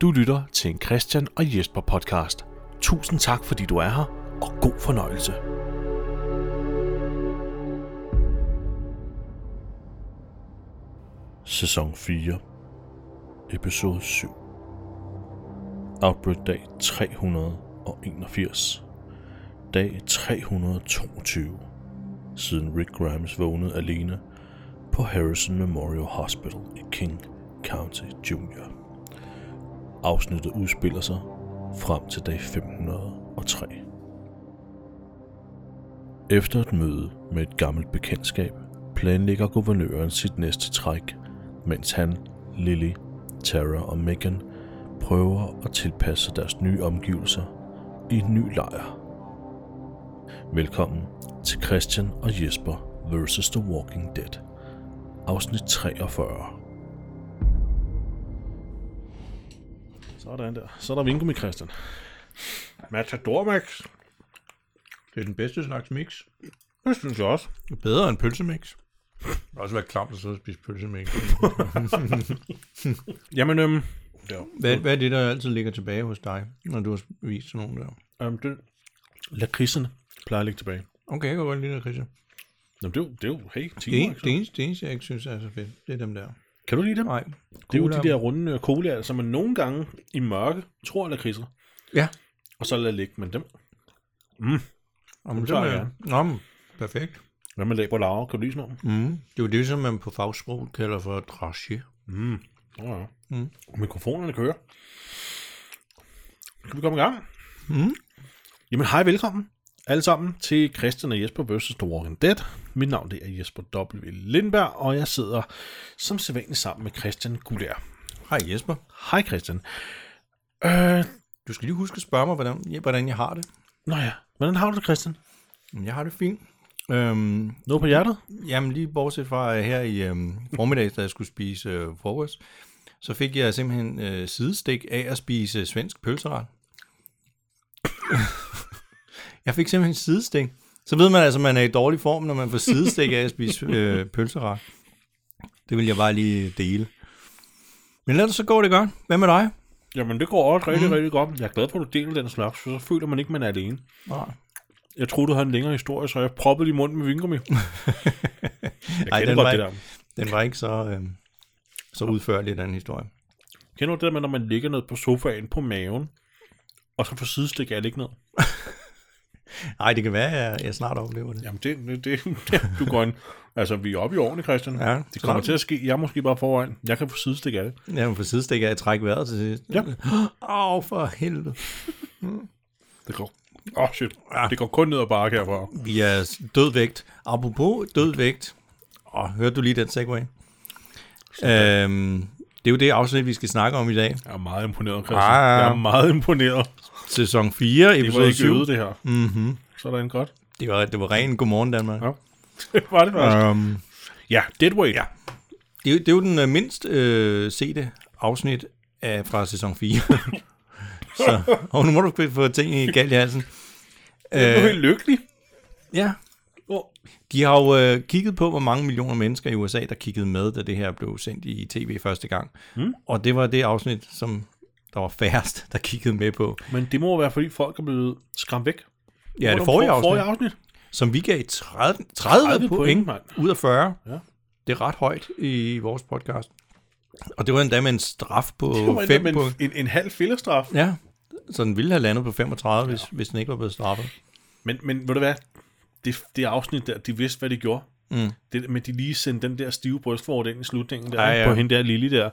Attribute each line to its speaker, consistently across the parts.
Speaker 1: Du lytter til en Christian og Jesper podcast. Tusind tak, fordi du er her, og god fornøjelse.
Speaker 2: Sæson 4 Episode 7 Outbreak dag 381 Dag 322 Siden Rick Grimes vågnede alene på Harrison Memorial Hospital i King County, Jr. Afsnittet udspiller sig frem til dag 503. Efter et møde med et gammelt bekendtskab, planlægger guvernøren sit næste træk, mens han, Lily, Tara og Megan prøver at tilpasse sig deres nye omgivelser i en ny lejr. Velkommen til Christian og Jesper vs. The Walking Dead, afsnit 43. Sådan der. Så er der vinko med Christian.
Speaker 3: Matador Max.
Speaker 4: Det er den bedste slags mix.
Speaker 3: Det synes jeg også.
Speaker 4: Det er Bedre end pølsemix. Det har også været klamt at sidde og spise pølsemix.
Speaker 3: Jamen, øhm,
Speaker 4: hvad, hvad er det, der altid ligger tilbage hos dig, når du har vist sådan nogle der?
Speaker 3: øhm, det,
Speaker 2: Lakridserne plejer at ligge tilbage.
Speaker 4: Okay, jeg kan godt lide det, Christian.
Speaker 2: Nå, det er jo, det er jo hey,
Speaker 4: Det, en,
Speaker 2: teamwork.
Speaker 4: det, eneste, det eneste, jeg ikke synes er så fedt, det er dem der.
Speaker 2: Kan du lide dem?
Speaker 4: Nej.
Speaker 2: Det er jo
Speaker 4: cola-
Speaker 2: de der runde øh, colaer, som man nogle gange i mørke tror er lakridser,
Speaker 4: Ja.
Speaker 2: og så lader ligge. Men dem,
Speaker 4: Om det
Speaker 2: tager jeg
Speaker 4: er, nå, men, perfekt.
Speaker 2: hvad med laber laver, kan du lide sådan noget?
Speaker 4: Mm. Det er jo det, som man på fagsprog kalder for drasje.
Speaker 2: Nå ja.
Speaker 4: Mm.
Speaker 2: Mikrofonerne kører. Skal vi komme i gang?
Speaker 4: Mm.
Speaker 2: Jamen hej, velkommen alle sammen til Christian og Jesper vs. The Walking Dead. Mit navn det er Jesper W. Lindberg, og jeg sidder som sædvanligt sammen med Christian Gulær.
Speaker 4: Hej Jesper.
Speaker 2: Hej Christian. Øh,
Speaker 4: Du skal lige huske at spørge mig, hvordan, ja, hvordan jeg har det.
Speaker 2: nå ja, hvordan har du det Christian?
Speaker 4: Jamen, Jeg har det fint. Øhm,
Speaker 2: Noget på hjertet?
Speaker 4: Jamen lige bortset fra øh, her i øhm, formiddags, da jeg skulle spise øh, frokost, så fik jeg simpelthen øh, sidestik af at spise svensk pølseret. jeg fik simpelthen sidestik. Så ved man altså, at man er i dårlig form, når man får sidestik af at spise øh, pølseret. Det vil jeg bare lige dele. Men ellers så går det godt. Hvad med dig?
Speaker 2: Jamen, det går også rigtig, mm. rigtig godt. Jeg er glad for, at du deler den slags, for så føler man ikke, man er alene.
Speaker 4: Nej,
Speaker 2: Jeg troede, du havde en længere historie, så jeg proppede i munden med vingummi. Jeg
Speaker 4: Ej,
Speaker 2: kender
Speaker 4: den,
Speaker 2: godt
Speaker 4: var,
Speaker 2: det der.
Speaker 4: ikke- den var ikke så, øh, så udførlig, den historie.
Speaker 2: Kender du det der med, når man ligger ned på sofaen på maven, og så får sidestik af at ligge ned?
Speaker 4: Nej, det kan være, at jeg, jeg snart oplever det.
Speaker 2: Jamen, det, det, det, det du går ind. Altså, vi er oppe i årene, Christian.
Speaker 4: Ja,
Speaker 2: det kommer
Speaker 4: klart.
Speaker 2: til at ske. Jeg er måske bare foran. Jeg kan få sidestik af det.
Speaker 4: Ja, men for sidestikker jeg trække vejret til sidst.
Speaker 2: Ja.
Speaker 4: Åh, oh, for helvede.
Speaker 2: Det går. Åh, oh, shit. Det går kun ned og bakke herfra.
Speaker 4: Vi er død vægt. Apropos død vægt. Åh, oh, hørte du lige den segway? Øhm, det er jo det afsnit, vi skal snakke om i dag.
Speaker 2: Jeg er meget imponeret, Christian.
Speaker 4: Ah, ja, ja.
Speaker 2: Jeg er meget imponeret.
Speaker 4: Sæson 4,
Speaker 2: Det var
Speaker 4: episode
Speaker 2: ikke
Speaker 4: 7.
Speaker 2: øvet,
Speaker 4: Det.
Speaker 2: det her. Mm-hmm. Sådan godt.
Speaker 4: Det, var, det var ren Godmorgen Danmark.
Speaker 2: Ja. Det var det faktisk.
Speaker 4: Øhm,
Speaker 2: Ja, Deadweight. Ja.
Speaker 4: det, er jo- det er jo den øh, mindst øh, sete afsnit af, fra sæson 4. Så, og nu må du ikke få ting i galt i halsen.
Speaker 2: Jeg
Speaker 4: Øh.
Speaker 2: er helt lykkelig.
Speaker 4: Ja.
Speaker 2: Åh.
Speaker 4: De har jo øh, kigget på, hvor mange millioner mennesker i USA, der kiggede med, da det her blev sendt i tv første gang. Mm. Og det var det afsnit, som der var færrest, der kiggede med på.
Speaker 2: Men det må være, fordi folk er blevet skræmt væk.
Speaker 4: Ja,
Speaker 2: Hvor
Speaker 4: det
Speaker 2: er
Speaker 4: forrige afsnit,
Speaker 2: forrige afsnit.
Speaker 4: som vi gav 30, 30,
Speaker 2: 30
Speaker 4: 30
Speaker 2: point,
Speaker 4: point,
Speaker 2: mand.
Speaker 4: ud af 40.
Speaker 2: Ja.
Speaker 4: Det er ret højt i vores podcast. Og det var endda med en straf på
Speaker 2: Det var
Speaker 4: 5
Speaker 2: endda med en,
Speaker 4: point.
Speaker 2: en, en halv fillerstraf.
Speaker 4: Ja, så den ville have landet på 35, hvis, hvis den ikke var blevet straffet.
Speaker 2: Men, men ved du hvad? Det, det afsnit der, de vidste, hvad de gjorde. Mm. Det, men de lige sendte den der stive brystford ind i slutningen der,
Speaker 4: Ja,
Speaker 2: ja, ja.
Speaker 4: ja.
Speaker 2: på hende der lille der.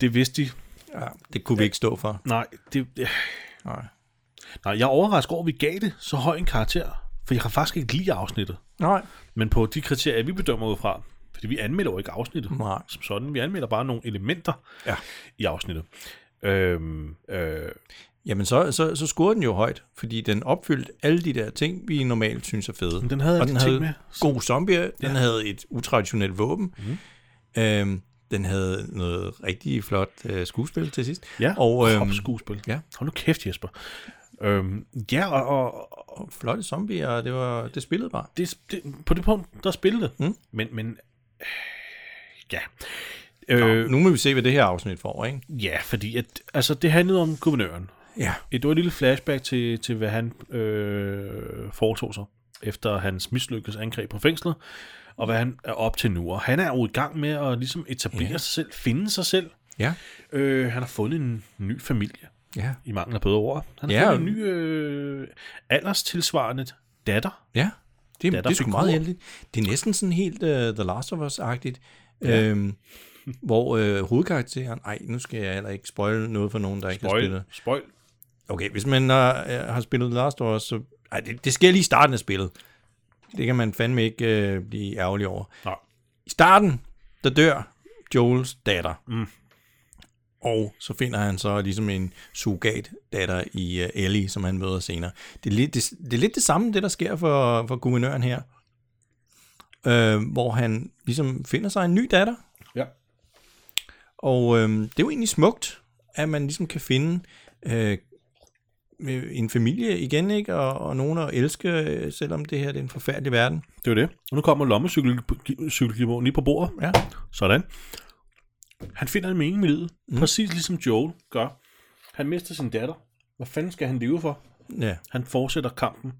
Speaker 2: Det vidste de.
Speaker 4: Ja, det kunne vi ikke stå for.
Speaker 2: Nej, det, øh,
Speaker 4: Nej.
Speaker 2: nej jeg er overrasket over, at vi gav det så høj en karakter. For jeg kan faktisk ikke lide afsnittet.
Speaker 4: Nej.
Speaker 2: Men på de kriterier, vi bedømmer ud fra, fordi vi anmelder jo ikke afsnittet
Speaker 4: Nej.
Speaker 2: som sådan. Vi anmelder bare nogle elementer
Speaker 4: Ja.
Speaker 2: i afsnittet. Øhm, øh,
Speaker 4: Jamen, så, så, så scorede den jo højt, fordi den opfyldte alle de der ting, vi normalt synes er fede.
Speaker 2: den havde
Speaker 4: og
Speaker 2: alle
Speaker 4: den
Speaker 2: de ting
Speaker 4: havde
Speaker 2: med,
Speaker 4: god zombie, den havde et utraditionelt våben,
Speaker 2: Mhm.
Speaker 4: mm. øhm, den havde noget rigtig flot øh, skuespil til sidst.
Speaker 2: ja,
Speaker 4: og øhm,
Speaker 2: kropsskuespil.
Speaker 4: ja.
Speaker 2: Hold nu kæft, Jesper. Øhm, ja, og, og,
Speaker 4: og flotte zombier, og det, var, det spillede bare.
Speaker 2: det, det, på det punkt, der spillede det. Mm. Men, men øh, ja,
Speaker 4: Øh, nu må vi se, hvad det her afsnit får, ikke?
Speaker 2: Ja, fordi at, altså, det handlede om guvernøren.
Speaker 4: Ja.
Speaker 2: Det var et lille flashback til, til hvad han øh, foretog sig efter hans mislykkedes angreb på fængslet, og hvad han er op til nu. Og han er jo i gang med at ligesom etablere ja. sig selv, finde sig selv.
Speaker 4: Ja.
Speaker 2: Øh, han har fundet en ny familie,
Speaker 4: Ja.
Speaker 2: i mangel af bedre ord. Han har
Speaker 4: Ja,
Speaker 2: ja.
Speaker 4: og-
Speaker 2: fundet en ny øh, alderstilsvarende datter.
Speaker 4: Ja, det,
Speaker 2: Der
Speaker 4: er,
Speaker 2: er
Speaker 4: det er sgu
Speaker 2: figur.
Speaker 4: meget heldigt. Det er næsten sådan helt uh, The Last of Us-agtigt, ja. øhm, hvor øh, hovedkarakteren... Ej, nu skal jeg heller ikke spoil noget for nogen, der ikke har spillet.
Speaker 3: Spoil. Spoil.
Speaker 4: Okay, hvis man har, øh, har spillet The Last of Us, så... Ej, det, det sker lige i starten af spillet. Det kan man fandme ikke øh, blive ærgerlig over.
Speaker 3: Nej.
Speaker 4: I starten, der dør Joels datter. Mm. Og så finder han så ligesom en surrogat datter i øh, Ellie, som han møder senere. Det er lidt det, det, er lidt det samme, det der sker for, for guvernøren her. Øh, hvor han ligesom finder sig en ny datter,
Speaker 3: Ja.
Speaker 4: og øh, det er jo egentlig smukt, at man ligesom kan finde øh, med en familie igen, ikke? Og, og nogen at elske, øh, selvom det her det er en forfærdelig verden.
Speaker 2: Det var det. Og nu kommer lommecykkelgivoen lige på bordet.
Speaker 4: Ja.
Speaker 2: Sådan. Han finder en mening med livet. Mm. Præcis ligesom Joel gør. Han mister sin datter. Hvad fanden skal han leve for?
Speaker 4: Ja.
Speaker 2: Han fortsætter kampen,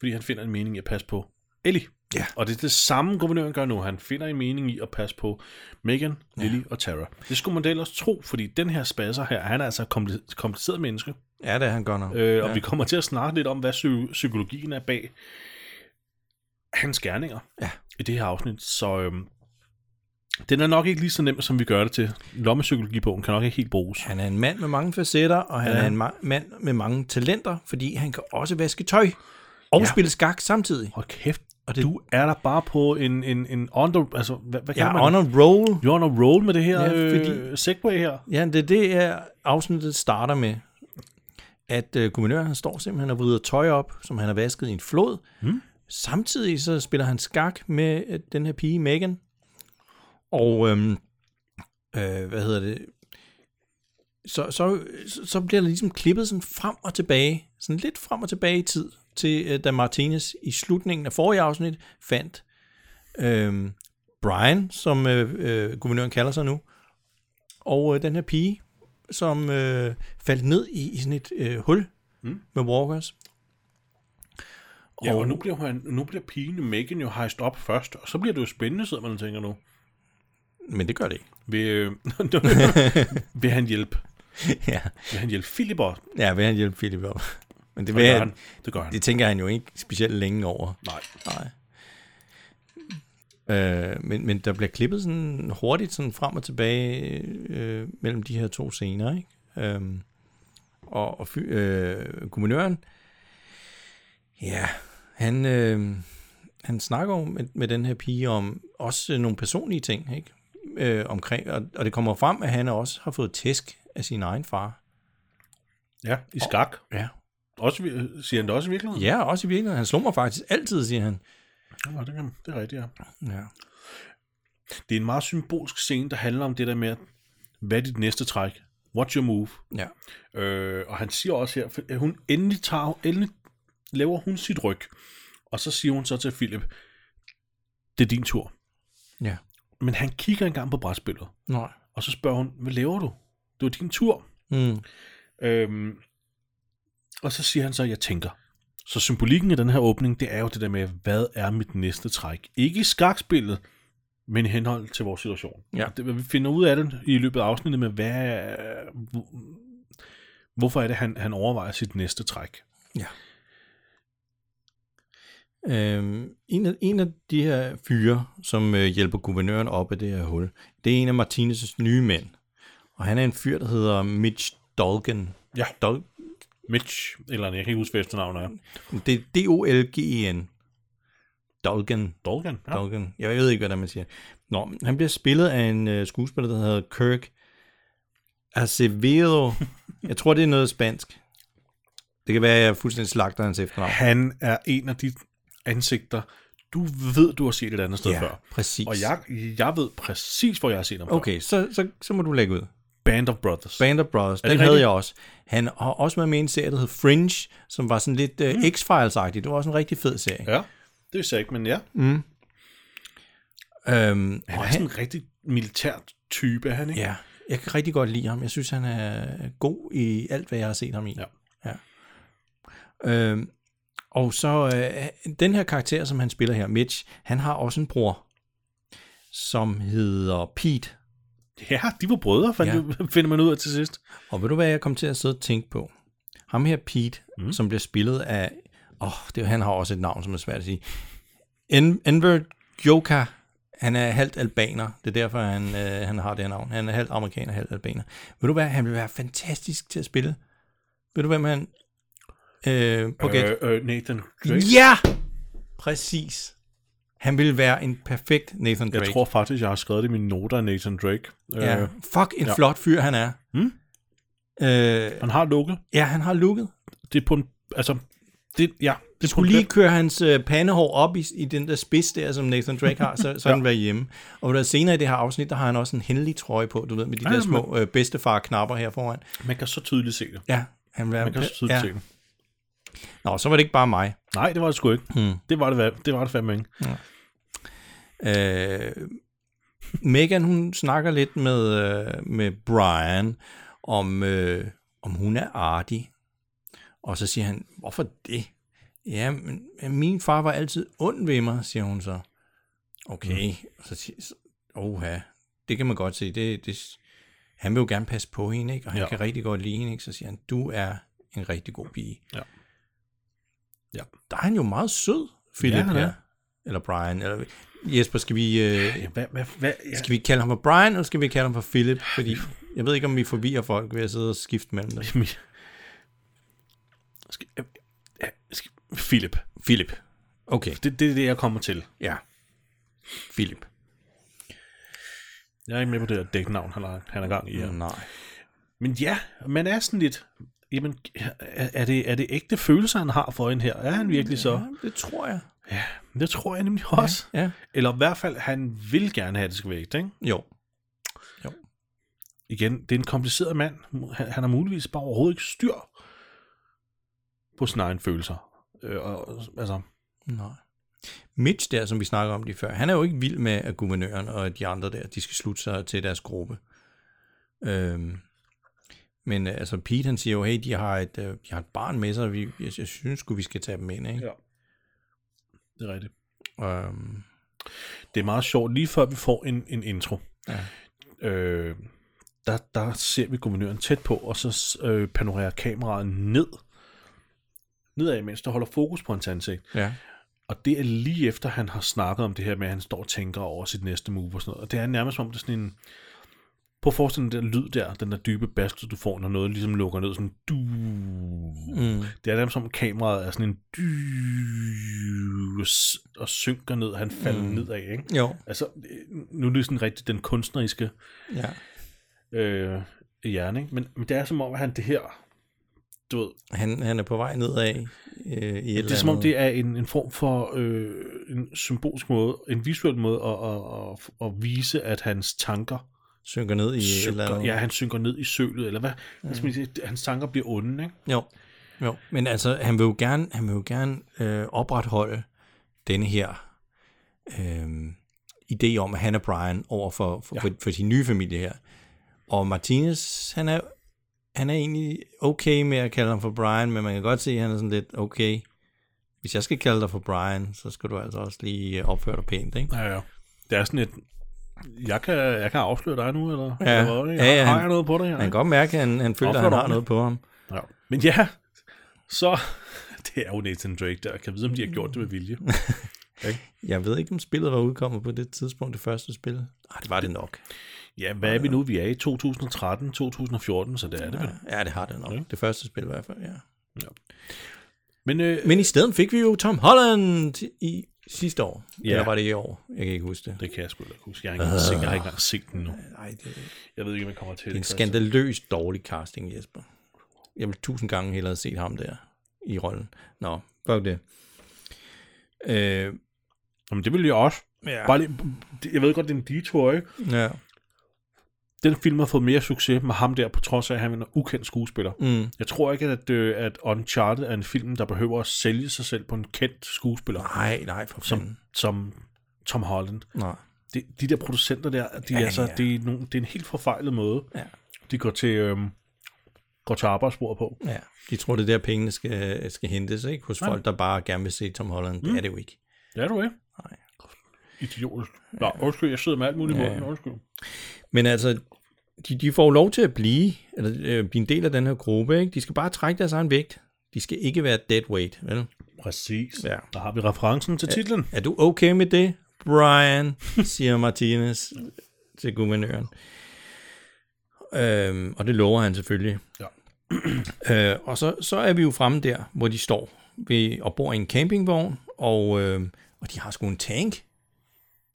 Speaker 2: fordi han finder en mening i at passe på Ellie.
Speaker 4: Ja.
Speaker 2: Og det er det samme, guvernøren gør nu. Han finder en mening i at passe på Megan, Lily og Tara. Det skulle man da ellers tro, fordi den her spasser her, han er altså et kompli- kompliceret menneske.
Speaker 4: Ja, det er han godt nok.
Speaker 2: Øh, og
Speaker 4: ja.
Speaker 2: vi kommer til at snakke lidt om, hvad psy- psykologien er bag hans gerninger
Speaker 4: Ja.
Speaker 2: i det her afsnit. Så øhm, den er nok ikke lige så nem, som vi gør det til. Lommepsykologibogen kan nok ikke helt bruges.
Speaker 4: Han er en mand med mange facetter, og han ja.
Speaker 2: Ja.
Speaker 4: er en ma- mand med mange talenter, fordi han kan også vaske tøj og ja.
Speaker 2: Ja.
Speaker 4: spille skak samtidig.
Speaker 2: Hold kæft,
Speaker 4: Og
Speaker 2: og
Speaker 4: det-
Speaker 2: det... du er der bare på en, en, en on the, altså, hvad, hvad kalder
Speaker 4: Ja,
Speaker 2: man
Speaker 4: on
Speaker 2: det?
Speaker 4: a roll.
Speaker 2: You're on a roll med det her
Speaker 4: Ja,
Speaker 2: ja, fordi...
Speaker 4: fordi-
Speaker 2: øh, segway her.
Speaker 4: Ja, det er det, her afsnittet starter med. At øh, guvernøren han står simpelthen og vrider tøj op, som han har vasket i en flod. Mm. Samtidig så spiller han skak med øh, den her pige, Megan. Og, øhm, øh, hvad hedder det? Så, så, så- så bliver der ligesom klippet sådan frem og tilbage, sådan lidt frem og tilbage i tid, til øh, da Martinez i slutningen af forrige afsnit fandt øh, Brian, som øh, øh, guvernøren kalder sig nu, og øh, den her pige, som øh, faldt ned i, i sådan et øh, hul mm. med walkers.
Speaker 2: Ja, og nu bliver, han, nu bliver pigen Megan jo hejst op først, og så bliver det jo spændende, sidder man og tænker nu.
Speaker 4: Men det gør det ikke.
Speaker 2: Vil, øh, vil han hjælpe?
Speaker 4: ja.
Speaker 2: Vil han hjælpe Philip op?
Speaker 4: ja, vil han hjælpe Philip op? Men det,
Speaker 2: Det
Speaker 4: vil
Speaker 2: gør
Speaker 4: han,
Speaker 2: han. Det gør han.
Speaker 4: det tænker han jo ikke specielt længe over.
Speaker 2: Nej.
Speaker 4: Nej. Øh, men, men der bliver klippet sådan hurtigt sådan frem og tilbage øh, mellem de her to scener, ikke? Øhm, og og fy, øh, kommunøren, ja, han, øh, han snakker jo med, med den her pige om også nogle personlige ting, ikke? Øh, omkring, og, og det kommer frem, at han også har fået tæsk af sin egen far.
Speaker 2: Ja, i skak.
Speaker 4: Ja.
Speaker 2: Også, vi- siger han det også i virkeligheden?
Speaker 4: Ja, også i virkeligheden. Han slår mig faktisk altid, siger han.
Speaker 2: Ja, det, kan, det er rigtigt, ja.
Speaker 4: Ja.
Speaker 2: Det er en meget symbolsk scene, der handler om det der med, hvad er dit næste træk? What's your move?
Speaker 4: ja.
Speaker 2: Øh, og han siger også her, at hun endelig, tager, endelig laver hun sit ryg. Og så siger hun så til Philip, det er din tur.
Speaker 4: Ja.
Speaker 2: Men han kigger engang på brætspillet,
Speaker 4: Nej.
Speaker 2: og så spørger hun, hvad laver du? Det var din tur.
Speaker 4: Mm.
Speaker 2: Øhm, og så siger han så, jeg tænker. Så symbolikken i den her åbning, det er jo det der med, hvad er mit næste træk? Ikke i skakspillet, men i henhold til vores situation.
Speaker 4: Ja.
Speaker 2: Og Det, vi finder ud af det i løbet af afsnittet med, hvad, hvor- hvorfor er det, han, han overvejer sit næste træk?
Speaker 4: Øhm, en, af, en af de her fyre, som øh, hjælper guvernøren op af det her hul, det er en af Martinez' nye mænd. Og han er en fyr, der hedder Mitch Dolgen.
Speaker 2: Ja.
Speaker 4: Dol-
Speaker 2: Mitch, eller jeg kan ikke huske, hvad efternavnet er.
Speaker 4: det er D-O-L-G-E-N. E Dolgen.
Speaker 2: Dolgan. Ja.
Speaker 4: Dolgen. Jeg ved ikke, hvad der man siger. Nå, men han bliver spillet af en øh, skuespiller, der hedder Kirk Acevedo. Jeg tror, det er noget spansk. Det kan være, at jeg fuldstændig slagter hans efternavn.
Speaker 2: Han er en af de ansigter, du ved, du har set et andet sted før.
Speaker 4: præcis.
Speaker 2: Og jeg, jeg ved præcis, hvor jeg har set ham før.
Speaker 4: Okay, så, så, så må du lægge ud.
Speaker 2: Band of Brothers.
Speaker 4: Band of Brothers, den
Speaker 2: det
Speaker 4: havde
Speaker 2: rigtigt?
Speaker 4: jeg også. Han har også været med i en serie, der hed Fringe, som var sådan lidt
Speaker 2: Mm.
Speaker 4: uh, X-Files-agtig. Det var også en rigtig fed serie.
Speaker 2: Ja, det vidste jeg ikke, men ja.
Speaker 4: Øhm, og
Speaker 2: Han er
Speaker 4: han,
Speaker 2: sådan en rigtig militær type, er han ikke?
Speaker 4: Ja, jeg kan rigtig godt lide ham. Jeg synes, han er god i alt, hvad jeg har set ham i.
Speaker 2: Ja.
Speaker 4: ja. Øhm, og så øh, den her karakter, som han spiller her, Mitch, han har også en bror, som hedder Pete.
Speaker 2: ja de var brødre, fandt ja. finder man ud af til sidst.
Speaker 4: Og ved du, hvad jeg kom til at sidde og tænke på? Ham her, Pete, mm. som bliver spillet af... Åh, oh, det, han har også et navn, som er svært at sige. En- Enver Joka. Han er halvt albaner. Det er derfor, han, øh, han har det her navn. Han er halvt amerikaner, halvt albaner. Ved du hvad? Han vil være fantastisk til at spille. Ved du, hvem han... Øh, på øh,
Speaker 2: Øh, øh, Nathan Drake.
Speaker 4: Ja! Præcis. Han vil være en perfekt Nathan Drake.
Speaker 2: Jeg tror faktisk, jeg har skrevet det i mine noter af Nathan Drake.
Speaker 4: Ja.
Speaker 2: Øh,
Speaker 4: Fuck, en ja. flot fyr han er.
Speaker 2: Mm.
Speaker 4: Øh,
Speaker 2: han har lukket.
Speaker 4: ja, han har looket.
Speaker 2: Det er på en... Altså, det, ja, det er
Speaker 4: Du
Speaker 2: på en
Speaker 4: skulle lige køre hans øh, pandehår op i, i den der spids der, som Nathan Drake har, så, så ja. han være hjemme. Og der senere i det her afsnit, der har han også en hændelig trøje på, du ved, med de
Speaker 2: Ja,
Speaker 4: der
Speaker 2: men-
Speaker 4: små øh, bedstefar-knapper her foran.
Speaker 2: Man kan så tydeligt se det.
Speaker 4: Ja, han vil være...
Speaker 2: Man kan så tydeligt
Speaker 4: ja.
Speaker 2: ja. se det.
Speaker 4: Nå, så var det ikke bare mig.
Speaker 2: Nej, det var det sgu ikke.
Speaker 4: Hmm.
Speaker 2: Det var det, va- det, var det fandme ikke.
Speaker 4: Øh, Megan, hun snakker lidt med, øh, med Brian om, øh, om hun er artig. Og så siger han, hvorfor det? Ja, men men min far var altid ond ved mig, siger hun så. Okay, mm. så siger så- oha, det kan man godt se. Det, det, han vil jo gerne passe på hende, ikke? og han ja.
Speaker 2: Ja.
Speaker 4: kan rigtig godt lide hende. Ikke? Så siger han, du er en rigtig god pige.
Speaker 2: Ja. Ja.
Speaker 4: Der er han jo meget sød, Philip ja,
Speaker 2: han er.
Speaker 4: her. Eller Brian, eller Jesper, skal vi, øh,
Speaker 2: Hvad, hvad, hvad, ja.
Speaker 4: skal vi kalde ham for Brian, eller skal vi kalde ham for Philip? Fordi jeg ved ikke, om vi forvirrer folk ved at sidde og skifte mellem dem.
Speaker 2: Jamen, Skal, øh, øh, skal, Philip.
Speaker 4: Philip. Okay,
Speaker 2: Det, det er det, jeg kommer til.
Speaker 4: ja. Philip.
Speaker 2: Jeg er ikke med på det der dæknavn, han er, han er gang i her.
Speaker 4: Ja. Nej.
Speaker 2: Men ja, man er sådan lidt... Jamen, er er det, er det ægte følelser, han har for en her? Er han virkelig så?
Speaker 4: Ja, det tror jeg.
Speaker 2: Det tror jeg nemlig også. Ja.
Speaker 4: Ja.
Speaker 2: Eller i hvert fald, han vil gerne have at det skal vægt, ikke?
Speaker 4: Jo.
Speaker 2: Igen, det er en kompliceret mand. Han han har muligvis bare overhovedet ikke styr på sine egne følelser. Øh, og, altså,
Speaker 4: Nej. Mitch der, som vi snakker om lige før, han er jo ikke vild med, at guvernøren og de andre der, de skal slutte sig til deres gruppe. Øhm, men øh, altså Pete, han siger jo, hey, de har et, øh, de har et barn med sig, og vi, jeg, jeg synes sgu, vi skal tage dem ind, ikke?
Speaker 2: det er rigtigt.
Speaker 4: Ja. Øhm,
Speaker 2: Det er meget sjovt, lige før vi får en, en intro,
Speaker 4: Ja.
Speaker 2: øh, der, der ser vi guvernøren tæt på, og så øh, panorerer kameraet ned, nedad, mens der holder fokus på hans ansigt.
Speaker 4: ja.
Speaker 2: Og det er lige efter, han har snakket om det her med, at han står og tænker over sit næste move og sådan noget. Og det er nærmest som om, det er sådan en... Prøv at forestille dig den der lyd der, den der dybe bass, du får, når noget ligesom lukker ned, sådan du...
Speaker 4: Mm.
Speaker 2: Det er nærmest som om kameraet er sådan en du... og synker ned, han falder mm. nedad, ikke?
Speaker 4: Jo,
Speaker 2: Altså, øh, nu er det sådan rigtig den kunstneriske
Speaker 4: ja.
Speaker 2: øh, hjerne, ikke? Men, men det er som om, at han det her, du ved,
Speaker 4: Han, han er på vej nedad øh, i et
Speaker 2: det er som om, det er en, en form for øh, en symbolsk måde, en visuel måde at, at, at, at vise, at hans tanker
Speaker 4: synker ned i et eller
Speaker 2: synker,
Speaker 4: andet.
Speaker 2: ja, han synker ned i sølet, eller hvad, hvad skal man sige, hans tanker bliver onde, ikke?
Speaker 4: Jo. jo, men altså, han vil jo gerne, han vil jo gerne øh, opretholde denne her øh, idé om, at han er Brian over for, for, ja. for, for sin nye familie her. Og Martinez, han er, han er egentlig okay med at kalde ham for Brian, men man kan godt se, at han er sådan lidt okay. Hvis jeg skal kalde dig for Brian, så skal du altså også lige opføre dig pænt, ikke?
Speaker 2: Ja, ja. Det er sådan et, jeg kan, jeg kan afsløre dig nu, eller,
Speaker 4: Ja.
Speaker 2: eller hvad, ikke?
Speaker 4: Ja, ja,
Speaker 2: har
Speaker 4: han-
Speaker 2: jeg noget på dig her?
Speaker 4: Man kan
Speaker 2: ikke?
Speaker 4: godt mærke, at han, han føler, at
Speaker 2: Opfør
Speaker 4: han
Speaker 2: dig
Speaker 4: har noget på ham.
Speaker 2: Ja. Men ja, så, det er jo Nathan Drake der, jeg kan vide, om de har gjort det med vilje.
Speaker 4: Jeg ved ikke, om spillet var udkommet på det tidspunkt, det første spil. Nej, det var det nok.
Speaker 2: Ja, hvad er vi nu? Vi er i 2013, 2014, så det er det vel.
Speaker 4: Ja, det har det nok. Det første spil i hvert fald, ja.
Speaker 2: Men, øh,
Speaker 4: Men i stedet fik vi jo Tom Holland i sidste år. Ja.
Speaker 2: Ja.
Speaker 4: Eller var det i år? Jeg kan ikke huske det.
Speaker 2: Det kan jeg sgu da ikke huske. Jeg, er ikke engang sikker, jeg har ikke engang set den nu.
Speaker 4: Nej, det er
Speaker 2: Jeg ved ikke, om jeg kommer til
Speaker 4: en
Speaker 2: det.
Speaker 4: skandaløs dårlig casting, Jesper. Jeg ville tusind gange hellere have set ham der i rollen. Nå, fuck det. Øh,
Speaker 2: Jamen, det ville jeg også.
Speaker 4: ja.
Speaker 2: Bare lige, det- jeg ved godt, det er en detour, ikke?
Speaker 4: ja.
Speaker 2: Den film har fået mere succes med ham der, på trods af, at han er en ukendt skuespiller.
Speaker 4: Mm.
Speaker 2: Jeg tror ikke, at, øh, at Uncharted er en film, der behøver at sælge sig selv på en kendt skuespiller,
Speaker 4: Nej, nej, for
Speaker 2: som,
Speaker 4: fanden.
Speaker 2: som Tom Holland.
Speaker 4: Nej.
Speaker 2: det, de der producenter der, de ja, altså, ja. Det, er nogle, det er en helt forfejlet måde.
Speaker 4: Ja.
Speaker 2: De går til, øhm, går til arbejdsbord på.
Speaker 4: Ja, de tror, det er der, pengene skal, skal hentes, ikke? Hos folk, der bare gerne vil se Tom Holland. Mm. Det er det jo ikke.
Speaker 2: Ja, du er.
Speaker 4: Nej.
Speaker 2: Idiotisk. Nå, undskyld, jeg sidder med alt muligt i
Speaker 4: Ja.
Speaker 2: munden, undskyld.
Speaker 4: Men altså, de, de får jo lov til at blive, eller, øh, blive en del af den her gruppe, ikke? De skal bare trække deres egen vægt. De skal ikke være dead weight, vel?
Speaker 2: Præcis.
Speaker 4: Ja.
Speaker 2: Der har vi referencen til titlen.
Speaker 4: Er du okay med det, Brian, siger Martinez til guvernøren. Øhm, og det lover han selvfølgelig. Ja. øh, og så, så er vi jo fremme der, hvor de står ved, og bor i en campingvogn, og, øh, og de har sgu en tank.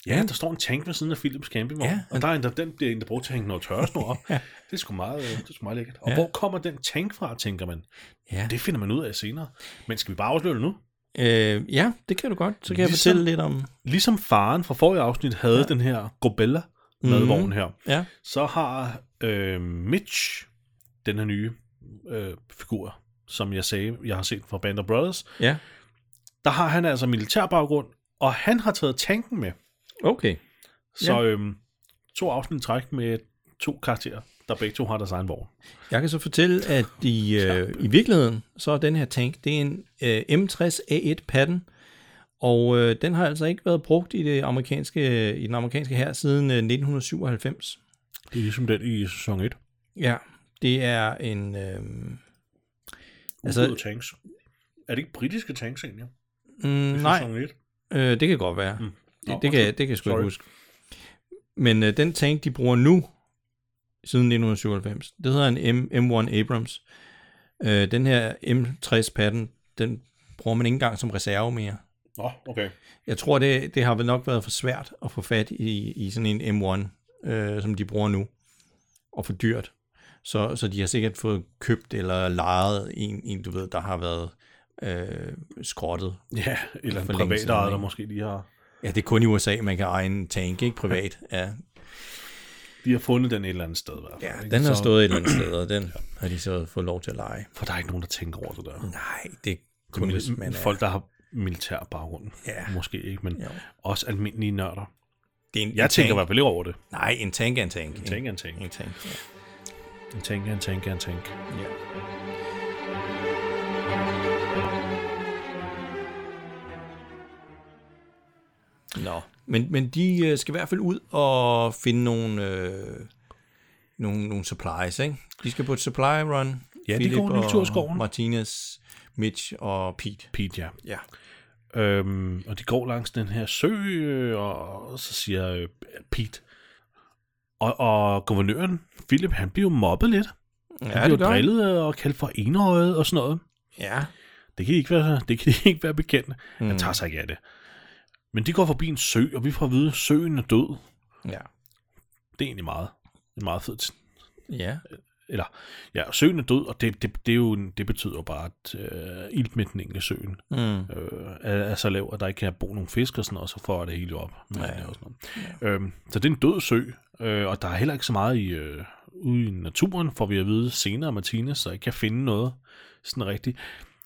Speaker 2: Ja, der står en tank ved siden af Philips campingvogn,
Speaker 4: Ja.
Speaker 2: ja. og der er en, der, den bliver en, der bruger til at hænge noget tørresnor op. ja. Det er sgu meget, øh, det er sgu meget lækkert. Og
Speaker 4: Ja.
Speaker 2: ja. hvor kommer den tank fra, tænker man?
Speaker 4: Ja.
Speaker 2: Det finder man ud af senere. Men skal vi bare afsløre det nu?
Speaker 4: Øh, ja, det kan du godt. Så kan jeg
Speaker 2: Ligesom-
Speaker 4: fortælle lidt om...
Speaker 2: Ligesom faren fra forrige afsnit havde ja. den her Gobella madvogn
Speaker 4: Mhm.
Speaker 2: her,
Speaker 4: Ja,
Speaker 2: så har øh, Mitch, den her nye øh, figur, som jeg sagde, jeg har set fra Band of Brothers,
Speaker 4: ja.
Speaker 2: der har han altså militær baggrund, og han har taget tanken med.
Speaker 4: Okay.
Speaker 2: Så
Speaker 4: Ja.
Speaker 2: ja. øhm, to afsnit i træk med to karakterer, der begge to har deres egen vogn.
Speaker 4: Jeg kan så fortælle, at i, øh, i virkeligheden, så er den her tank, det er en øh, M60A1 Patton, og øh, den har altså ikke været brugt i, det amerikanske, i den amerikanske her siden øh, 1997.
Speaker 2: Det er ligesom den i sæson 1.
Speaker 4: Ja, det er en... Øh,
Speaker 2: Altså,
Speaker 4: altså,
Speaker 2: tanks. Er det ikke britiske tanks egentlig?
Speaker 4: mm,
Speaker 2: I
Speaker 4: nej,
Speaker 2: sæson 1?
Speaker 4: øh, det kan godt være.
Speaker 2: Mm.
Speaker 4: Det,
Speaker 2: Nå,
Speaker 4: det, kan,
Speaker 2: undskyld.
Speaker 4: det kan jeg sgu
Speaker 2: Sorry.
Speaker 4: ikke huske. Men øh, den tank, de bruger nu, siden 1997, det hedder en M- M1 Abrams. Øh, den her M60 Patton, den bruger man ikke engang som reserve mere.
Speaker 2: Nå, okay.
Speaker 4: Jeg tror, det, det har vel nok været for svært at få fat i, i sådan en M1, øh, som de bruger nu, og for dyrt. Så, så de har sikkert fået købt eller lejet en, en du ved, der har været øh, skrottet.
Speaker 2: Ja, eller en
Speaker 4: For længe
Speaker 2: privat
Speaker 4: siden,
Speaker 2: ejer, der
Speaker 4: ikke?
Speaker 2: måske lige har,
Speaker 4: Ja, det er kun i USA, man kan eje en tank, ikke privat. Ja,
Speaker 2: de har fundet den et eller andet sted. I hvert fald,
Speaker 4: Ja,
Speaker 2: ikke?
Speaker 4: den har
Speaker 2: Så-
Speaker 4: stået et eller andet sted, og den har de så fået lov til at lege.
Speaker 2: For der er ikke nogen, der tænker over det der.
Speaker 4: Nej, det er kun, Mm. hvis
Speaker 2: Mil-
Speaker 4: man er...
Speaker 2: Folk, der har militær baggrund.
Speaker 4: Ja.
Speaker 2: Måske ikke, men
Speaker 4: Jo.
Speaker 2: jo. også almindelige nørder.
Speaker 4: Det er en, en
Speaker 2: Jeg tænker i
Speaker 4: tank.
Speaker 2: hvert fald ikke over det.
Speaker 4: Nej, en tank er en tank. En
Speaker 2: Tænk, en tænk.
Speaker 4: En tank, ja.
Speaker 2: En tænk, en tænk, en tænk.
Speaker 4: ja. Nå, men, men de øh, skal i hvert fald ud og finde nogle, øh, nogle, nogle supplies, ikke? De skal på et supply run.
Speaker 2: Ja, de
Speaker 4: Philip
Speaker 2: går en lille tur i
Speaker 4: og
Speaker 2: skoven.
Speaker 4: Martinez, Mitch og Pete.
Speaker 2: Pete, ja.
Speaker 4: Ja.
Speaker 2: Øhm, og de går langs den her sø, øh, og så siger øh, Pete. Og, og guvernøren, Philip, han bliver jo mobbet lidt. Han bliver
Speaker 4: Ja, det
Speaker 2: jo
Speaker 4: gør han.
Speaker 2: drillet og kaldt for enøjet og sådan noget.
Speaker 4: Ja.
Speaker 2: Det kan de ikke være, det kan de ikke være bekendt. Mm. Han tager sig ikke af det. Men de går forbi en sø, og vi får at vide, at søen er død.
Speaker 4: Mm. Ja.
Speaker 2: Det er egentlig meget, en meget fedt.
Speaker 4: Ja.
Speaker 2: Eller, ja, søen er død, og det, det, det, er jo, en- det betyder jo bare, at øh, iltmætningen af søen
Speaker 4: Mm.
Speaker 2: øh, er, er så lav, at der ikke kan bo nogen fisk og sådan noget, og så får det hele jo op. med
Speaker 4: Ja.
Speaker 2: vandet og sådan noget. Øhm, så det er en død sø, øh, og der er heller ikke så meget i, øh, ude i naturen, får vi at vide senere, Martine, så jeg kan finde noget sådan rigtigt.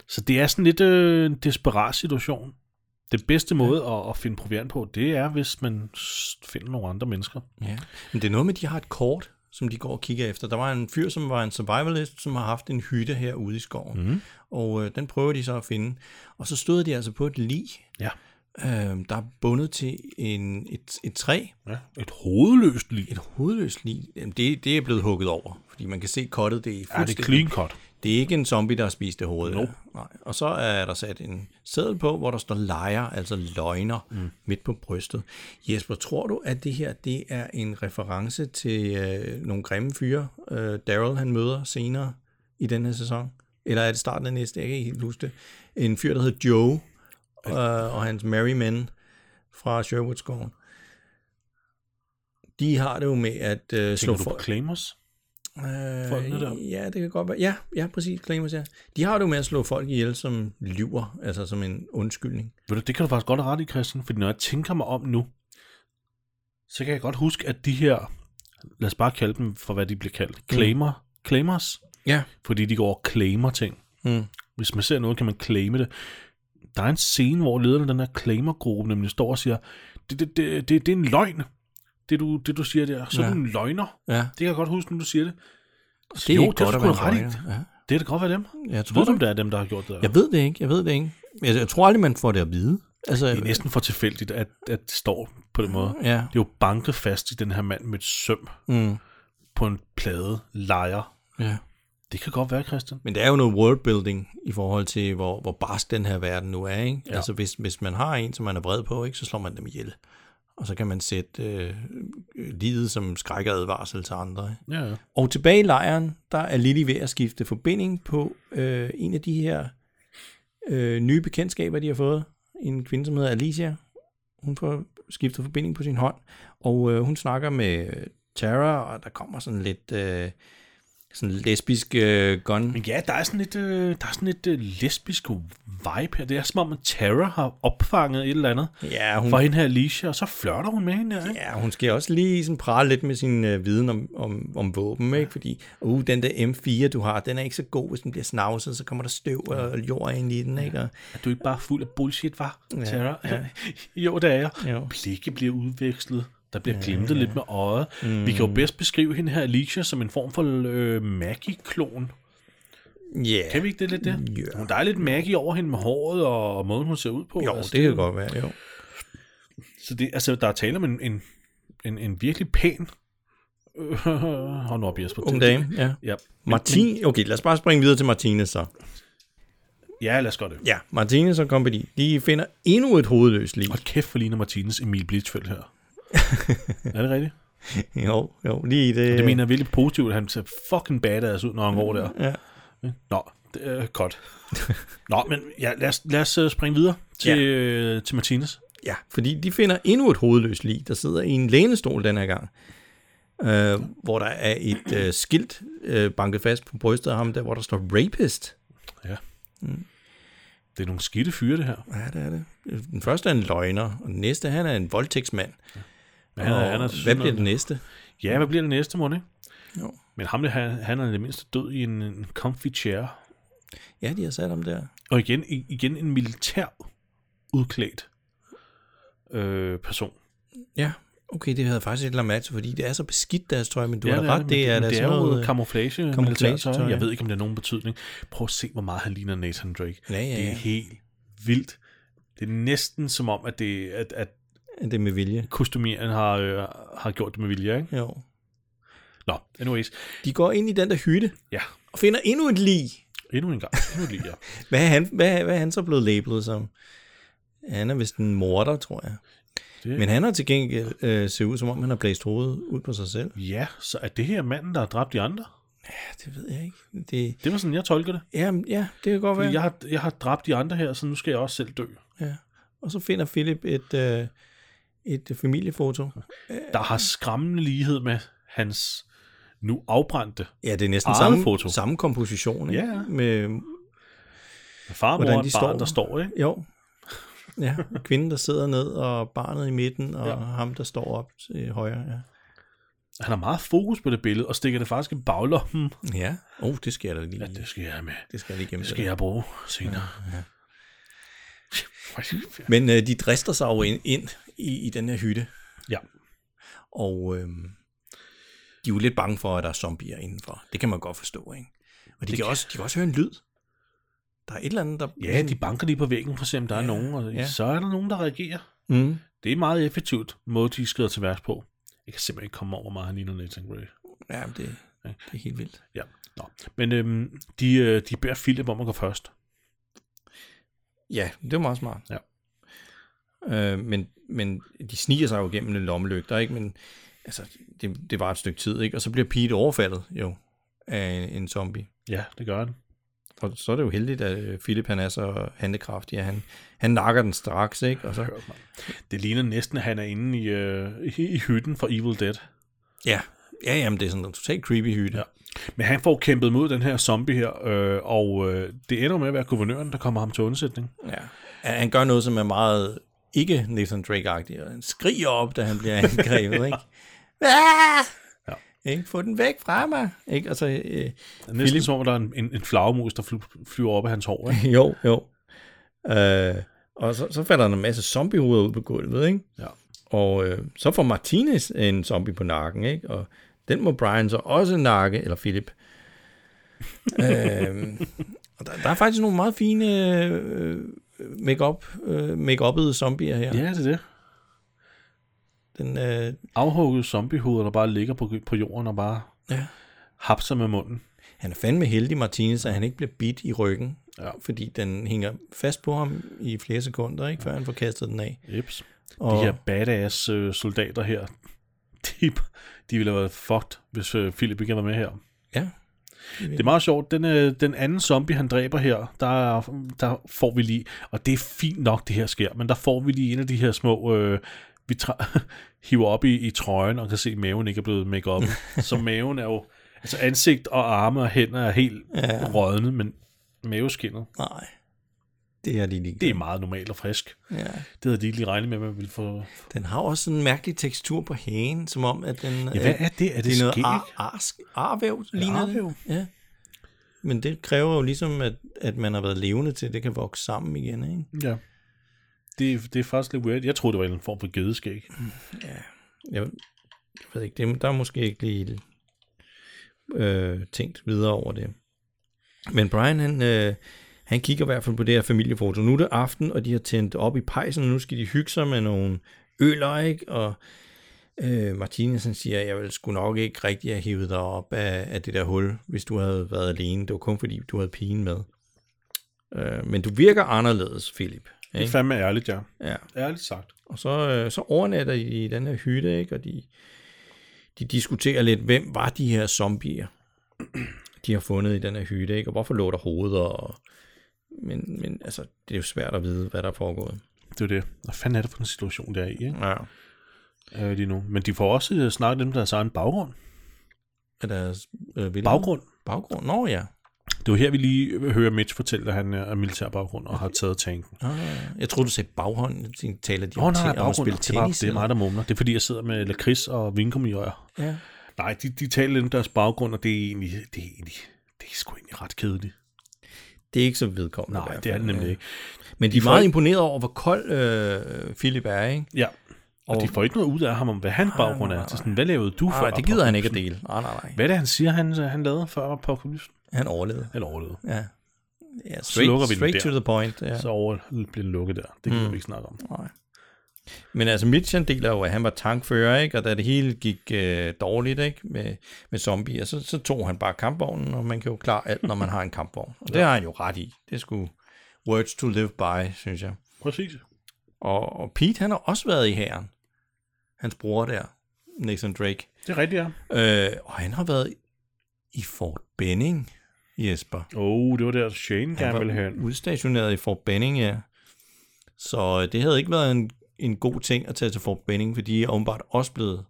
Speaker 2: Så det er sådan lidt øh, en desperat situation. Den bedste måde at, at finde proviant på, det er, hvis man s- finder nogle andre mennesker.
Speaker 4: ja. Men det er noget med, at de har et kort, som de går og kigger efter. Der var en fyr, som var en survivalist, som har haft en hytte her ude i skoven. Mm. Og øh, den prøver de så at finde. Og så stod de altså på et lig,
Speaker 2: Ja.
Speaker 4: øh, der er bundet til en, et, et træ.
Speaker 2: ja. Et hovedløst liv.
Speaker 4: Et hovedløst lig. Jamen, det, det er blevet hugget over, fordi man kan se kottet. Det er,
Speaker 2: Ja, det er
Speaker 4: fuldstændig-
Speaker 2: clean cut.
Speaker 4: Det er ikke en zombie, der har spist det hoved. Nope. Nej. Og så er der sat en seddel på, hvor der står lejer, altså løgner, mm. midt på brystet. Jesper, tror du, at det her det er en reference til øh, nogle grimme fyre, øh, Daryl han møder senere i den her sæson? Eller er det starten af næste? Jeg kan ikke helt huske det. En fyr, der hedder Joe, øh, og hans Merry Men fra Sherwoodskoven. De har det jo med at øh, slå
Speaker 2: Tænker du på
Speaker 4: folk.
Speaker 2: claimers?
Speaker 4: Øh,
Speaker 2: Folkene der?
Speaker 4: Ja, det kan godt være. Ja, ja præcis. Claimers, ja. De har det jo med at slå folk ihjel, som lyver, altså som en undskyldning.
Speaker 2: Ved du, det kan du faktisk godt have ret i, Christian, fordi når jeg tænker mig om nu, så kan jeg godt huske, at de her, lad os bare kalde dem for, hvad de bliver kaldt,
Speaker 4: Mm.
Speaker 2: claimer, claimers,
Speaker 4: Ja.
Speaker 2: fordi de går og claimer ting.
Speaker 4: Mm.
Speaker 2: Hvis man ser noget, kan man claime det. Der er en scene, hvor lederen af den her claimergruppe nemlig står og siger, det, det, det, det, det er en løgn. det du, det, du siger der. Så er
Speaker 4: Ja.
Speaker 2: du en løgner.
Speaker 4: Ja.
Speaker 2: Det kan jeg godt huske, når du siger det.
Speaker 4: Det er
Speaker 2: jo,
Speaker 4: ikke
Speaker 2: det er
Speaker 4: godt
Speaker 2: sgu
Speaker 4: at være
Speaker 2: ret i.
Speaker 4: løgner. Ja.
Speaker 2: Det kan da godt være dem.
Speaker 4: Jeg
Speaker 2: Du
Speaker 4: tror,
Speaker 2: ved,
Speaker 4: det,
Speaker 2: om det er dem, der har gjort det.
Speaker 4: jeg ved det ikke, jeg ved det ikke. Altså, jeg tror aldrig, man får det at vide. Altså,
Speaker 2: Det er næsten for tilfældigt, at, at det står på den måde.
Speaker 4: Ja.
Speaker 2: Det er jo banket fast i den her mand med et søm
Speaker 4: Mm.
Speaker 2: på en plade lejer.
Speaker 4: ja.
Speaker 2: Det kan godt være, Christian.
Speaker 4: Men der er jo noget worldbuilding i forhold til, hvor, hvor barsk den her verden nu er. Ikke? Ja. Altså hvis, hvis man har en, som man er vred på, ikke, så slår man dem ihjel. Og så kan man sætte øh, øh, livet som skræk og advarsel til andre. Ikke?
Speaker 2: Ja, ja.
Speaker 4: Og tilbage i lejren, der er Lili ved at skifte forbinding på øh, en af de her øh, nye bekendtskaber, de har fået. En kvinde, som hedder Alicia. Hun får skiftet forbinding på sin hånd, og øh, hun snakker med øh, Tara, og der kommer sådan lidt øh, sådan lesbisk øh, gun.
Speaker 2: Men ja, der er sådan lidt, øh, der er sådan lidt øh, lesbisk vibe her. Det er som om, at Tara har opfanget et eller andet
Speaker 4: Ja, hun,
Speaker 2: fra hende her Alicia, og så flørter hun med hende der, ikke?
Speaker 4: ja, hun skal også lige sådan prale lidt med sin øh, viden om, om, om våben, ikke? fordi uh, den der M4, du har, den er ikke så god, hvis den bliver snavset, så kommer der støv og jord ind i den. Ikke? Og,
Speaker 2: Er du ikke bare fuld af bullshit, var
Speaker 4: Ja,
Speaker 2: Tara? Ja. jo, det er jeg.
Speaker 4: jo.
Speaker 2: Blikke bliver udvekslet. Der bliver glimtet lidt med øjet. Mm. Vi kan jo bedst beskrive hende her Alicia som en form for øh, Maggie-klon.
Speaker 4: Yeah.
Speaker 2: Kan vi ikke det lidt der?
Speaker 4: Ja.
Speaker 2: Hun, der er lidt Maggie over hende med håret og måden, hun ser ud på.
Speaker 4: Jo,
Speaker 2: altså,
Speaker 4: det kan godt være, jo.
Speaker 2: Så det, altså, der er tale om en, en, en, en virkelig pæn... Øh, hold nu op, Jesper.
Speaker 4: Ung
Speaker 2: Det-
Speaker 4: dame, ja.
Speaker 2: Ja.
Speaker 4: Martin, okay, lad os bare springe videre til Martine så.
Speaker 2: ja, lad os gøre det.
Speaker 4: Ja, Martine så Company, de finder endnu et hovedløst lig.
Speaker 2: Og kæft for ligner Martines Emil Blitzfeldt her. er det rigtigt?
Speaker 4: Jo, jo, lige i det.
Speaker 2: Det mener jeg virkelig positivt, at han ser fucking badass ud, når han går der.
Speaker 4: Ja.
Speaker 2: Nå, det er godt. Nå, men ja, lad, os, lad os øh, springe videre til, ja. til Martines.
Speaker 4: Ja, fordi de finder endnu et hovedløst lig, der sidder i en lænestol den her gang. Øh, hvor der er et øh, skilt øh, banket fast på brystet af ham, der hvor der står rapist.
Speaker 2: Det er nogle skidte fyre, det her.
Speaker 4: Ja, det er det. Den første er en løgner, og den næste, han er en voldtægtsmand.
Speaker 2: Men han er-
Speaker 4: Og
Speaker 2: han er
Speaker 4: hvad
Speaker 2: sådan
Speaker 4: bliver
Speaker 2: noget-
Speaker 4: den næste?
Speaker 2: Ja, hvad bliver det næste måned?
Speaker 4: Jo.
Speaker 2: Men ham, der, han, han er i det mindste død i en, en comfy chair.
Speaker 4: Ja, de har sat ham der.
Speaker 2: Og igen, i- igen en militær udklædt øh, person.
Speaker 4: Ja, okay, det havde jeg faktisk ikke lagt mærke til, fordi det er så beskidt deres tøj, men du
Speaker 2: Ja,
Speaker 4: ja, har
Speaker 2: det
Speaker 4: da
Speaker 2: er men
Speaker 4: ret, det er
Speaker 2: men
Speaker 4: da
Speaker 2: det
Speaker 4: sådan
Speaker 2: er jo
Speaker 4: noget... øh,
Speaker 2: camouflage,
Speaker 4: camouflagetøj,
Speaker 2: militærtøj. Jeg
Speaker 4: ja.
Speaker 2: ved ikke, om det har nogen betydning. Prøv at se, hvor meget han ligner Nathan Drake.
Speaker 4: Ja, ja,
Speaker 2: Det er
Speaker 4: ja.
Speaker 2: helt vildt. Det er næsten som om, at, det, at, at
Speaker 4: Det er med vilje.
Speaker 2: kostumeren har, øh, har gjort det med vilje. Ikke?
Speaker 4: Jo.
Speaker 2: Nå, anyways.
Speaker 4: De går ind i den der hytte
Speaker 2: Ja,
Speaker 4: og finder endnu et lig.
Speaker 2: endnu en gang. Endnu et lige, ja.
Speaker 4: Hvad er han, hvad, hvad er han så blevet labelet som? Han er vist en morder, tror jeg.
Speaker 2: Det-
Speaker 4: Men han har til gengæld øh, set ud, som om han har blæst hovedet ud på sig selv.
Speaker 2: ja, så er det her manden, der har dræbt de andre?
Speaker 4: Ja, det ved jeg ikke. Det,
Speaker 2: Det var sådan, jeg tolker det.
Speaker 4: ja, ja, det kan godt være.
Speaker 2: Jeg har, jeg har dræbt de andre her, så nu skal jeg også selv dø.
Speaker 4: Ja. Og så finder Philip et, øh, et familiefoto.
Speaker 2: Der har skræmmende lighed med hans nu afbrændte
Speaker 4: Ja, det er næsten
Speaker 2: Eget
Speaker 4: samme,
Speaker 2: foto.
Speaker 4: samme komposition. Ikke?
Speaker 2: Ja.
Speaker 4: Med
Speaker 2: farmor
Speaker 4: Hvordan
Speaker 2: og
Speaker 4: de
Speaker 2: et barn,
Speaker 4: står.
Speaker 2: der står. Ikke?
Speaker 4: Jo. Ja, kvinden, der sidder ned, og barnet i midten, og ja. ham, der står op til højre. Ja,
Speaker 2: Han har meget fokus på det billede, og stikker det faktisk i baglommen.
Speaker 4: ja. Oh, det skal jeg da lige,
Speaker 2: Ja, det skal jeg have med.
Speaker 4: det skal jeg lige gennem.
Speaker 2: Det skal jeg bruge senere.
Speaker 4: Men øh, de drister sig jo ind, ind i, i den her hytte,
Speaker 2: Ja,
Speaker 4: og øh, de er jo lidt bange for, at der er zombier indenfor. Det kan man godt forstå, ikke? Og de, kan, Også, de kan også høre en lyd. Der er et eller andet, der...
Speaker 2: ja de banker lige på væggen for at se, om der er nogen, og
Speaker 4: ja.
Speaker 2: så er der nogen, der reagerer.
Speaker 4: mm.
Speaker 2: Det er meget effektivt, måde de skrider til værks på. Jeg kan simpelthen ikke komme over, hvor meget han ligner Nathan Gray.
Speaker 4: Ja, men det, det er helt vildt.
Speaker 2: Ja. Nå. Men øhm, de, øh, de beder Philip om at gå først.
Speaker 4: Ja, det var meget smart.
Speaker 2: Ja.
Speaker 4: Øh, men, men de sniger sig jo gennem en lommelygter, ikke? Men altså, det, det var et stykke tid, ikke? Og så bliver Pete overfaldet, jo, af en, en zombie.
Speaker 2: Ja, det gør han.
Speaker 4: Og så er det jo heldigt, at øh, Philip han er så handekraftig, at han, han nakker den straks, ikke? Og så,
Speaker 2: Det ligner næsten, at han er inde i, øh, i, i hytten for Evil Dead.
Speaker 4: ja, ja, jamen, det er sådan en totalt creepy hytte.
Speaker 2: Ja. Men han får kæmpet mod den her zombie her, øh, og øh, det ender med at være guvernøren, der kommer ham til undsætning.
Speaker 4: Ja. Han han gør noget, som er meget ikke Nathan Drake-agtigt, og han skriger op, da han bliver angrebet, ikke? Ah!
Speaker 2: Ja.
Speaker 4: Ikke? Få den væk fra mig, ikke? Og så, øh,
Speaker 2: Det er Næsten Philip. som om, der er en, en, en flagermus, der fly, flyver op af hans hår. Ikke?
Speaker 4: jo, jo. Øh, og så, så falder der en masse zombiehoveder ud på gulvet, ikke?
Speaker 2: Ja.
Speaker 4: Og øh, så får Martinez en zombie på nakken, ikke? Og den må Brian så også nakke, eller Philip. øhm, og der, der er faktisk nogle meget fine øh, make-up, øh, make-uppede zombier her.
Speaker 2: Ja, det er det.
Speaker 4: Den, øh,
Speaker 2: Afhugget zombiehoveder, der bare ligger på, på jorden og bare
Speaker 4: Ja.
Speaker 2: hapser med munden.
Speaker 4: han er fandme heldig, Martinez, at han ikke bliver bidt i ryggen,
Speaker 2: Ja.
Speaker 4: fordi den hænger fast på ham i flere sekunder, ikke? før han får kastet den af.
Speaker 2: Jeps.
Speaker 4: Og,
Speaker 2: De her badass øh, soldater her, de, de ville have været fucked, hvis øh, Philip ikke havde været med her.
Speaker 4: Ja.
Speaker 2: Det er meget sjovt. Den, øh, den anden zombie, han dræber her, der, der får vi lige, og det er fint nok, det her sker, men der får vi lige en af de her små, øh, vi tra- hiver op i, i trøjen og kan se, at maven ikke er blevet make up. Så maven er jo, altså ansigt og arme og hænder er helt ja. rådne, men maveskinnet,
Speaker 4: Nej, det er de lige.
Speaker 2: det er meget normalt og frisk.
Speaker 4: Ja.
Speaker 2: Det havde de ikke lige regnet med, at man ville få...
Speaker 4: Den har også sådan en mærkelig tekstur på hagen, som om, at den...
Speaker 2: Ja, hvad er det? Er det,
Speaker 4: det er noget
Speaker 2: skæg?
Speaker 4: ar, arsk, arvæv, ligner
Speaker 2: arvæv?
Speaker 4: det. Ja. Men det kræver jo ligesom, at, at man har været levende til, at det kan vokse sammen igen, ikke?
Speaker 2: Ja. Det, det er faktisk lidt weird. Jeg troede, det var en eller anden form for gedeskæg.
Speaker 4: Jeg, jeg ved ikke, det, der er måske ikke lige øh, tænkt videre over det. Men Brian, han, øh, han kigger i hvert fald på det her familiefoto. Nu er det aften, og de har tændt op i pejsen, og nu skal de hygge sig med nogle øler, ikke? Og øh, Martinez han siger, jeg ville sgu nok ikke rigtig have hivet dig op af, af det der hul, hvis du havde været alene. Det var kun fordi, du havde pigen med. Øh, men du virker anderledes, Philip.
Speaker 2: Det er
Speaker 4: Ikke?
Speaker 2: fandme ærligt, ja.
Speaker 4: Ja.
Speaker 2: Ærligt sagt.
Speaker 4: Og så, øh, så overnatter de i den her hytte, ikke? og de, de diskuterer lidt, hvem var de her zombier, de har fundet i den her hytte, ikke? og hvorfor lå der hoveder. Og... Men, men altså, det er jo svært at vide, hvad der er foregået.
Speaker 2: Det er jo det. Hvad fanden er det for en situation, der er i, ikke?
Speaker 4: Ja.
Speaker 2: Øh, lige nu. Men de får også øh, snakket dem, der har en baggrund.
Speaker 4: Er deres, øh, vilde-
Speaker 2: Baggrund.
Speaker 4: Baggrund? Nå ja.
Speaker 2: Det var her, vi lige hører Mitch fortælle, at han er af militær baggrund og har taget tanken.
Speaker 4: Ah, jeg troede, du sagde baghånd. Jeg tænkte, taler de
Speaker 2: Åh oh,
Speaker 4: om,
Speaker 2: nej,
Speaker 4: te- om at
Speaker 2: baggrund.
Speaker 4: spille
Speaker 2: Det er, bare,
Speaker 4: tennis?
Speaker 2: det er mig,
Speaker 4: eller-
Speaker 2: der mumler. Det er, fordi jeg sidder med lakrids og vinkum i øjer.
Speaker 4: Ja.
Speaker 2: Nej, de, de taler lidt om deres baggrund, og det er egentlig... Det er, egentlig, det er sgu egentlig ret kedeligt.
Speaker 4: Det er ikke så vedkommende. i
Speaker 2: Nej,
Speaker 4: hvert
Speaker 2: det er
Speaker 4: fald.
Speaker 2: det nemlig
Speaker 4: Ja.
Speaker 2: ikke.
Speaker 4: Men de er
Speaker 2: får
Speaker 4: meget
Speaker 2: ikke-
Speaker 4: imponeret over, hvor kold øh, Philip er, ikke?
Speaker 2: Ja. Og,
Speaker 4: Og-
Speaker 2: de får ikke noget ud af ham om, hvad hans baggrund er. Det er sådan, hvad lavede du før?
Speaker 4: Nej, det gider han ikke at
Speaker 2: apokalypsen?
Speaker 4: dele. Nej, nej, nej.
Speaker 2: Hvad er det, han siger, han, han lavede før apokalypsen?
Speaker 4: Han overlevede.
Speaker 2: Han overlevede.
Speaker 4: Ja. ja
Speaker 2: Så
Speaker 4: straight,
Speaker 2: lukker vi den
Speaker 4: straight
Speaker 2: der.
Speaker 4: to the point. Ja.
Speaker 2: Ja. Så over, bliver den lukket der. Det kan mm. vi ikke snakke om.
Speaker 4: Nej. Men altså Mitch han deler jo, at han var tankfører, ikke? og da det hele gik øh, dårligt ikke? Med, med zombier, så, så tog han bare kampvognen, og man kan jo klare alt, når man har en kampvogn. Og det har han jo ret i. Det skulle words to live by, synes jeg.
Speaker 2: Præcis.
Speaker 4: Og, og Pete, han har også været i hæren. Hans bror der, Nathan Drake.
Speaker 2: Det er rigtigt, ja.
Speaker 4: Øh, og han har været i Fort Benning, Jesper.
Speaker 2: Oh, det var der, Shane
Speaker 4: Han
Speaker 2: gerne ville
Speaker 4: var
Speaker 2: hen.
Speaker 4: udstationeret i Fort Benning, ja. Så øh, det havde ikke været en, en god ting at tage til Fort Benning, fordi de er åbenbart også blevet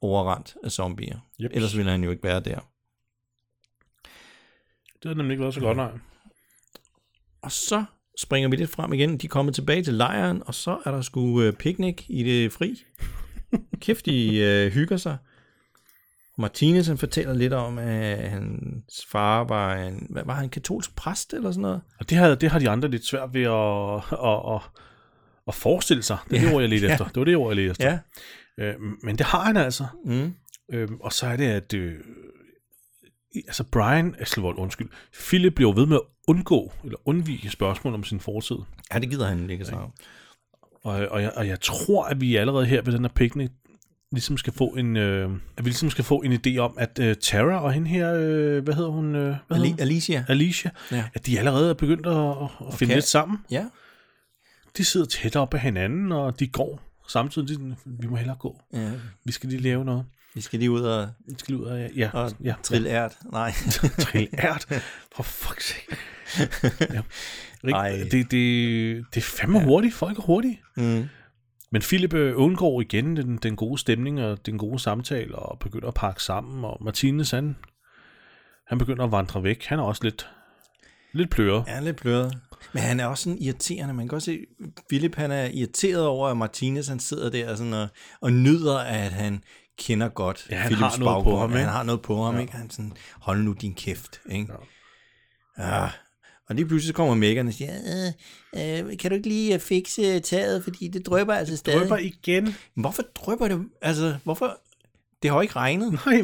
Speaker 4: overrendt af zombier.
Speaker 2: Jeps.
Speaker 4: Ellers ville han jo ikke være der.
Speaker 2: Det havde nemlig ikke været så godt, nej.
Speaker 4: Og så springer vi lidt frem igen. De kommer tilbage til lejren, og så er der sgu øh, picnic i det fri. Kæft, de øh, hygger sig. Og Martinez han fortæller lidt om, at hans far var en, hvad var han, katolsk præst eller sådan noget?
Speaker 2: Og det har, det har de andre lidt svært ved at, at, at, at forestille sig. Det er det ord, jeg lidt efter. Det var det ord, jeg lidt efter.
Speaker 4: Ja.
Speaker 2: Øh, men det har han altså.
Speaker 4: Mm.
Speaker 2: Øhm, og så er det, at øh, altså Brian, Aslevold, undskyld, Philip bliver jo ved med at undgå, eller undvige spørgsmål om sin fortid.
Speaker 4: Ja, det gider han ikke så. meget.
Speaker 2: Og, og, jeg, og jeg tror, at vi allerede her ved den her picnic, ligesom skal få en, øh, at vi ligesom skal få en idé om, at øh, Tara og hende her, øh, hvad hedder hun? Øh, hvad hedder
Speaker 4: Ali-
Speaker 2: hun?
Speaker 4: Alicia.
Speaker 2: Alicia,
Speaker 4: Ja.
Speaker 2: at de allerede er begyndt at, at finde
Speaker 4: Okay.
Speaker 2: lidt sammen.
Speaker 4: Ja.
Speaker 2: De sidder tæt op af hinanden, og de går samtidig. De, er sådan, vi må hellere gå.
Speaker 4: ja.
Speaker 2: Vi skal lige lave noget.
Speaker 4: Vi skal lige ud og,
Speaker 2: Vi skal lige ud af... Ja,
Speaker 4: og
Speaker 2: ja.
Speaker 4: ja. trille ært. Nej.
Speaker 2: Trillært. For fuck's sake. Ja.
Speaker 4: Ej.
Speaker 2: Ikke? Det, det, det er fandme ja. hurtigt. Folk er hurtige.
Speaker 4: mm.
Speaker 2: Men Philip øh, undgår igen den, den gode stemning og den gode samtale og begynder at pakke sammen. Og Martinez, han, han begynder at vandre væk. Han er også lidt, lidt pløret.
Speaker 4: Er lidt pløret. Men han er også sådan irriterende. Man kan godt se, Philip han er irriteret over, at Martinez han sidder der og, sådan og, og nyder, at han kender godt
Speaker 2: Ja, han
Speaker 4: Philips
Speaker 2: har noget på
Speaker 4: baggrund.
Speaker 2: ham, ikke?
Speaker 4: Han har noget på ham, ja. ikke? Han er sådan, hold nu din kæft, ikke? Ja. Ah. Og lige pludselig så kommer Megan og siger, øh, øh, kan du ikke lige øh, fikse taget, fordi det drøber altså stadig.
Speaker 2: Drøber igen.
Speaker 4: Men Hvorfor drøber det? Altså, hvorfor? Det har jo ikke regnet.
Speaker 2: Nej,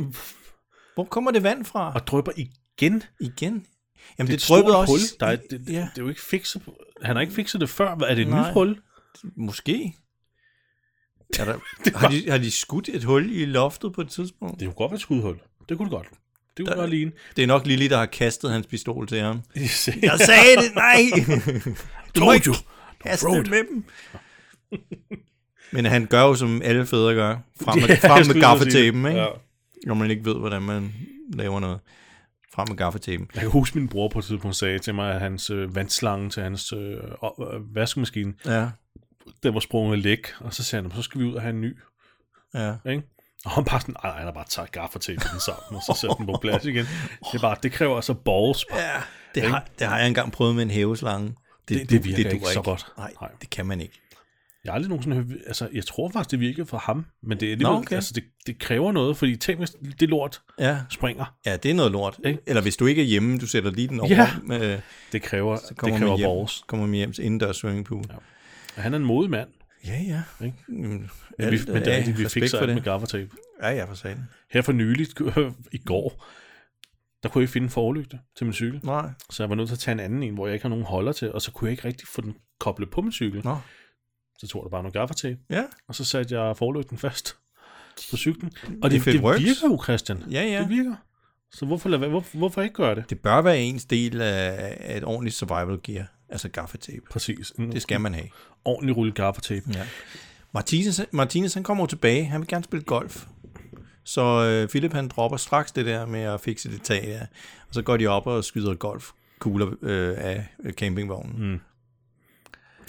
Speaker 4: Hvor kommer det vand fra?
Speaker 2: og drøber igen.
Speaker 4: Igen? Jamen,
Speaker 2: Det er
Speaker 4: det,
Speaker 2: et
Speaker 4: det
Speaker 2: stort
Speaker 4: dryppede
Speaker 2: også.
Speaker 4: også...
Speaker 2: hul. Der er, det, ja.
Speaker 4: Ja.
Speaker 2: det, er jo ikke fikset. Han har ikke fikset det før. Hvad, Er det et
Speaker 4: Nej.
Speaker 2: nyt hul?
Speaker 4: Måske. Er der, har, de, har de skudt et hul i loftet på et tidspunkt?
Speaker 2: Det kunne godt være et skudhul. Det kunne det godt. Det kunne
Speaker 4: Der-
Speaker 2: godt ligne.
Speaker 4: Det er nok Lili, der har kastet hans pistol til ham.
Speaker 2: Jeg
Speaker 4: Jeg sagde det, nej! Du må ikke kaste
Speaker 2: Throw
Speaker 4: det
Speaker 2: it.
Speaker 4: med dem. Men han gør jo, som alle fædre gør. Frem med,
Speaker 2: skulle lige
Speaker 4: frem med
Speaker 2: så sige det.
Speaker 4: gaffetapen, ikke?
Speaker 2: Ja.
Speaker 4: Når man ikke ved, hvordan man laver noget. Frem med gaffetapen.
Speaker 2: Jeg kan huske, min bror på et tidspunkt sagde til mig, at hans øh, vandslange til hans øh, op- øh, vaskemaskine,
Speaker 4: Ja,
Speaker 2: den var sprunget læk. Og så sagde han, så skal vi ud og have en ny.
Speaker 4: ja.
Speaker 2: Ikke? Og han bare sådan, nej, han har bare taget gaffer til den sammen, og så sat den på plads igen. Det, er bare, det kræver altså balls. Det,
Speaker 4: Ja, det har, det har jeg engang prøvet med en hæveslange.
Speaker 2: det,
Speaker 4: du-
Speaker 2: det virker det
Speaker 4: duer
Speaker 2: ikke så godt.
Speaker 4: Nej,
Speaker 2: Nej.
Speaker 4: det kan man ikke.
Speaker 2: Jeg har aldrig nogensinde hørt, altså, jeg tror faktisk, det virkede for ham, men det, er
Speaker 4: Nå,
Speaker 2: alligevel-
Speaker 4: okay.
Speaker 2: altså, det, det kræver noget, fordi tænk, hvis det lort
Speaker 4: Ja,
Speaker 2: springer.
Speaker 4: ja det er noget lort.
Speaker 2: Ikke?
Speaker 4: Ikke? Eller hvis du ikke er hjemme, du sætter lige den over.
Speaker 2: Ja.
Speaker 4: Med,
Speaker 2: Det kræver, det
Speaker 4: kommer man
Speaker 2: kræver
Speaker 4: hjem,
Speaker 2: balls.
Speaker 4: kommer man hjem til indendørs swimmingpool. Ja,
Speaker 2: Han er en modig mand,
Speaker 4: ja. ja.
Speaker 2: Ikke?
Speaker 4: Jamen,
Speaker 2: men, vi, men det er
Speaker 4: ja,
Speaker 2: rigtigt, vi
Speaker 4: respekt
Speaker 2: fik så
Speaker 4: for
Speaker 2: alt med
Speaker 4: det.
Speaker 2: gaffertape.
Speaker 4: Ja, ja, for satan.
Speaker 2: Her for nyligt, i går, der kunne jeg ikke finde en forlygte til min cykel.
Speaker 4: Nej.
Speaker 2: Så jeg var nødt til at tage en anden en, hvor jeg ikke har nogen holder til, og så kunne jeg ikke rigtig få den koblet på min cykel.
Speaker 4: Nå.
Speaker 2: Så tog der bare noget gaffatape,
Speaker 4: Ja,
Speaker 2: og så satte jeg forlygten fast på cyklen. Og det,
Speaker 4: If
Speaker 2: det,
Speaker 4: it
Speaker 2: det
Speaker 4: works.
Speaker 2: virker jo, Christian.
Speaker 4: ja, ja.
Speaker 2: Det virker. Så hvorfor, lade, være- hvorfor, hvorfor ikke gøre det?
Speaker 4: Det bør være ens del af af et ordentligt survival gear, altså gaffetape.
Speaker 2: Præcis. En
Speaker 4: Det skal man have.
Speaker 2: ordentlig rulle gaffatape.
Speaker 4: Ja. Martinez, Martinez han kommer jo tilbage. Han vil gerne spille golf. Så øh, Philip han dropper straks det der med at fikse det tag der. Og så går de op og skyder golfkugler øh, af øh, campingvognen. Mm.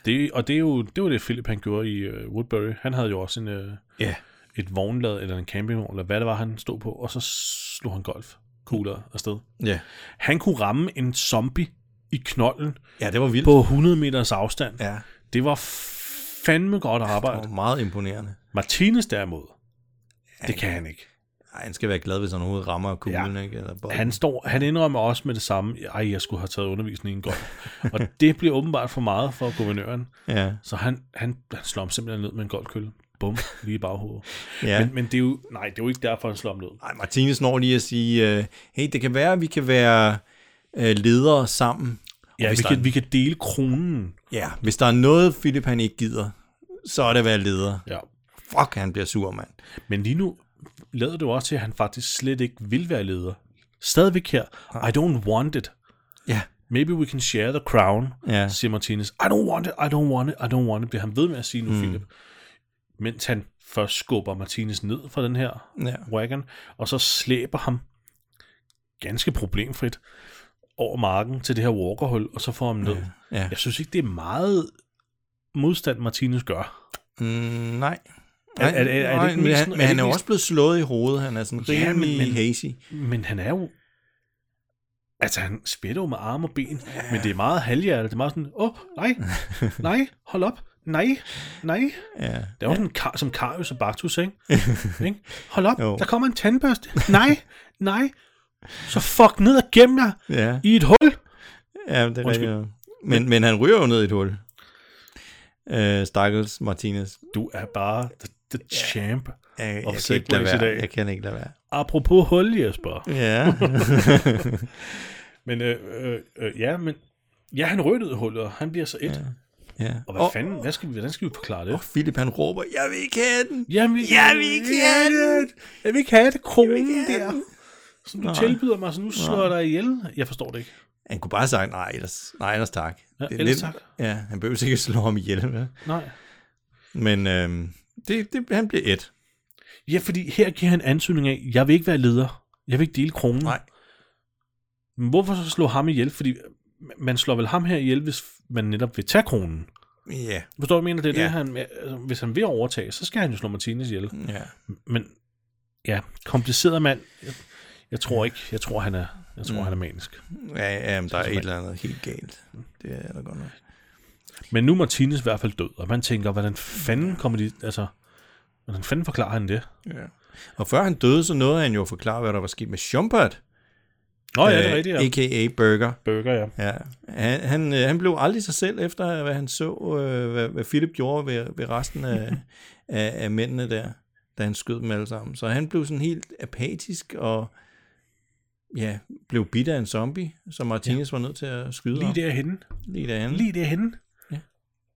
Speaker 2: Det, og det er, jo, det var det, Philip han gjorde i uh, Woodbury. Han havde jo også en, uh,
Speaker 4: Ja.
Speaker 2: et vognlad, eller en campingvogn, eller hvad det var, han stod på, og så slog han golf kugler afsted.
Speaker 4: Ja.
Speaker 2: Han kunne ramme en zombie i knollen
Speaker 4: ja, det var vildt.
Speaker 2: på 100 meters afstand.
Speaker 4: Ja,
Speaker 2: Det var fandme godt
Speaker 4: det var
Speaker 2: arbejde.
Speaker 4: meget imponerende.
Speaker 2: Martinez derimod, det kan han ikke.
Speaker 4: Ej, han skal være glad, hvis han overhovedet rammer kuglen. Ja. Ikke? Eller bolden.
Speaker 2: Han, står, han indrømmer også med det samme, ej, jeg skulle have taget undervisning i en golf. og det bliver åbenbart for meget for guvernøren.
Speaker 4: Ja.
Speaker 2: Så han, han, han slår ham simpelthen ned med en golfkølle. Bum, lige i baghovedet.
Speaker 4: Ja.
Speaker 2: Men, men det er jo, nej, det er jo ikke derfor, han slår ham ned.
Speaker 4: Ej, Martinez når lige at sige, øh, hey, det kan være, at vi kan være øh, ledere sammen.
Speaker 2: Ja,
Speaker 4: hvis
Speaker 2: vi
Speaker 4: der er
Speaker 2: kan,
Speaker 4: en-
Speaker 2: vi kan dele kronen.
Speaker 4: Ja, hvis der er noget, Philip han ikke gider, så er det at være leder.
Speaker 2: Ja.
Speaker 4: Fuck, han bliver sur, mand.
Speaker 2: Men lige nu lader det jo også til, at han faktisk slet ikke vil være leder. Stadigvæk her, I don't want it.
Speaker 4: Ja.
Speaker 2: Maybe we can share the crown,
Speaker 4: Ja.
Speaker 2: siger Martinez. I don't want it, I don't want it, I don't want it, bliver han ved med at sige nu, mm. Philip. Mens han først skubber Martinez ned fra den her
Speaker 4: Ja.
Speaker 2: wagon, og så slæber ham ganske problemfrit over marken til det her walkerhul, og så får ham ned.
Speaker 4: ja.
Speaker 2: Jeg synes ikke, det er meget modstand, Martinez gør.
Speaker 4: Mm, nej.
Speaker 2: Er- er- er- er det
Speaker 4: nej,
Speaker 2: ikke
Speaker 4: men
Speaker 2: mest-
Speaker 4: han,
Speaker 2: er
Speaker 4: men
Speaker 2: det
Speaker 4: han
Speaker 2: ikke
Speaker 4: er jo
Speaker 2: mest-
Speaker 4: også blevet slået i hovedet. Han er sådan
Speaker 2: Ja, men-
Speaker 4: rimelig
Speaker 2: men-
Speaker 4: hazy.
Speaker 2: Men han er jo... Altså, han spætter jo med arme og ben, ja. men det er meget halvhjertet. Det er meget sådan, åh, oh, nej, nej, hold op, nej, nej.
Speaker 4: Ja.
Speaker 2: Det er jo sådan, kar, som Karius og Baktus, ikke? ikke? Hold op,
Speaker 4: Jo.
Speaker 2: der kommer en tandbørste. Nej, nej. Så fuck ned og gem jer
Speaker 4: Ja,
Speaker 2: i et hul.
Speaker 4: ja det er
Speaker 2: Undskyld.
Speaker 4: rigtigt. Men, men han ryger jo ned i et hul. Øh, Stakkels Martinez.
Speaker 2: Du er bare the, the champ.
Speaker 4: Jeg, jeg, kan
Speaker 2: segways
Speaker 4: ikke lade
Speaker 2: i dag.
Speaker 4: være. jeg kan ikke lade være.
Speaker 2: Apropos hul, Jesper.
Speaker 4: Ja.
Speaker 2: Men øh, øh, øh, ja, men... Ja, han rødede hullet, og han bliver så et. Ja.
Speaker 4: ja.
Speaker 2: Og hvad oh. fanden, hvad skal vi, hvordan skal vi forklare det?
Speaker 4: og Philip han råber, jeg vil ikke have den.
Speaker 2: Jeg vil,
Speaker 4: Jeg vil ikke have
Speaker 2: det. Jeg vil ikke have det. Kronen
Speaker 4: ikke have
Speaker 2: der,
Speaker 4: den.
Speaker 2: som du Nej. tilbyder mig, så nu slår jeg dig ihjel. Jeg forstår det ikke.
Speaker 4: Han kunne bare have sagt, nej, ellers, nej, ellers tak.
Speaker 2: Ja,
Speaker 4: Det er
Speaker 2: ellers tak.
Speaker 4: Ja, han behøver sikkert slå ham ihjel. Vel?
Speaker 2: Nej.
Speaker 4: Men øhm, det, det, han bliver et.
Speaker 2: Ja, fordi her giver han ansøgning af, jeg vil ikke være leder. Jeg vil ikke dele kronen.
Speaker 4: Nej.
Speaker 2: Men hvorfor så slå ham ihjel? Fordi man slår vel ham her ihjel, hvis man netop vil tage kronen.
Speaker 4: Ja,
Speaker 2: Forstår du, hvad jeg mener? Det er ja.
Speaker 4: Ja.
Speaker 2: det, han, altså, hvis han vil overtage, så skal han jo slå Martinez ihjel.
Speaker 4: ja.
Speaker 2: Men ja, kompliceret mand. Jeg, jeg tror ikke, jeg tror, han er, jeg tror, mm.
Speaker 4: Mm.
Speaker 2: han er manisk.
Speaker 4: Ja, ja men der er et eller andet helt galt. Det er der godt nok.
Speaker 2: Men nu er Martinez i hvert fald død, og man tænker, hvordan fanden kommer de, altså, hvordan fanden forklarer han det?
Speaker 4: Ja. Og før han døde, så nåede han jo at forklare, hvad der var sket med Schumpert.
Speaker 2: Nå ja, det er rigtigt, ja.
Speaker 4: A.k.a. Burger.
Speaker 2: Burger, ja.
Speaker 4: Ja, han, han, øh, han blev aldrig sig selv efter, hvad han så, øh, hvad, hvad Philip gjorde ved, ved resten af, af, af mændene der, da han skød dem alle sammen. Så han blev sådan helt apatisk og ja, blev bidt af en zombie, som Martinez ja. var nødt til at skyde
Speaker 2: Lige
Speaker 4: ham.
Speaker 2: derhenne.
Speaker 4: Lige derhen.
Speaker 2: Lige derhenne.
Speaker 4: Ja.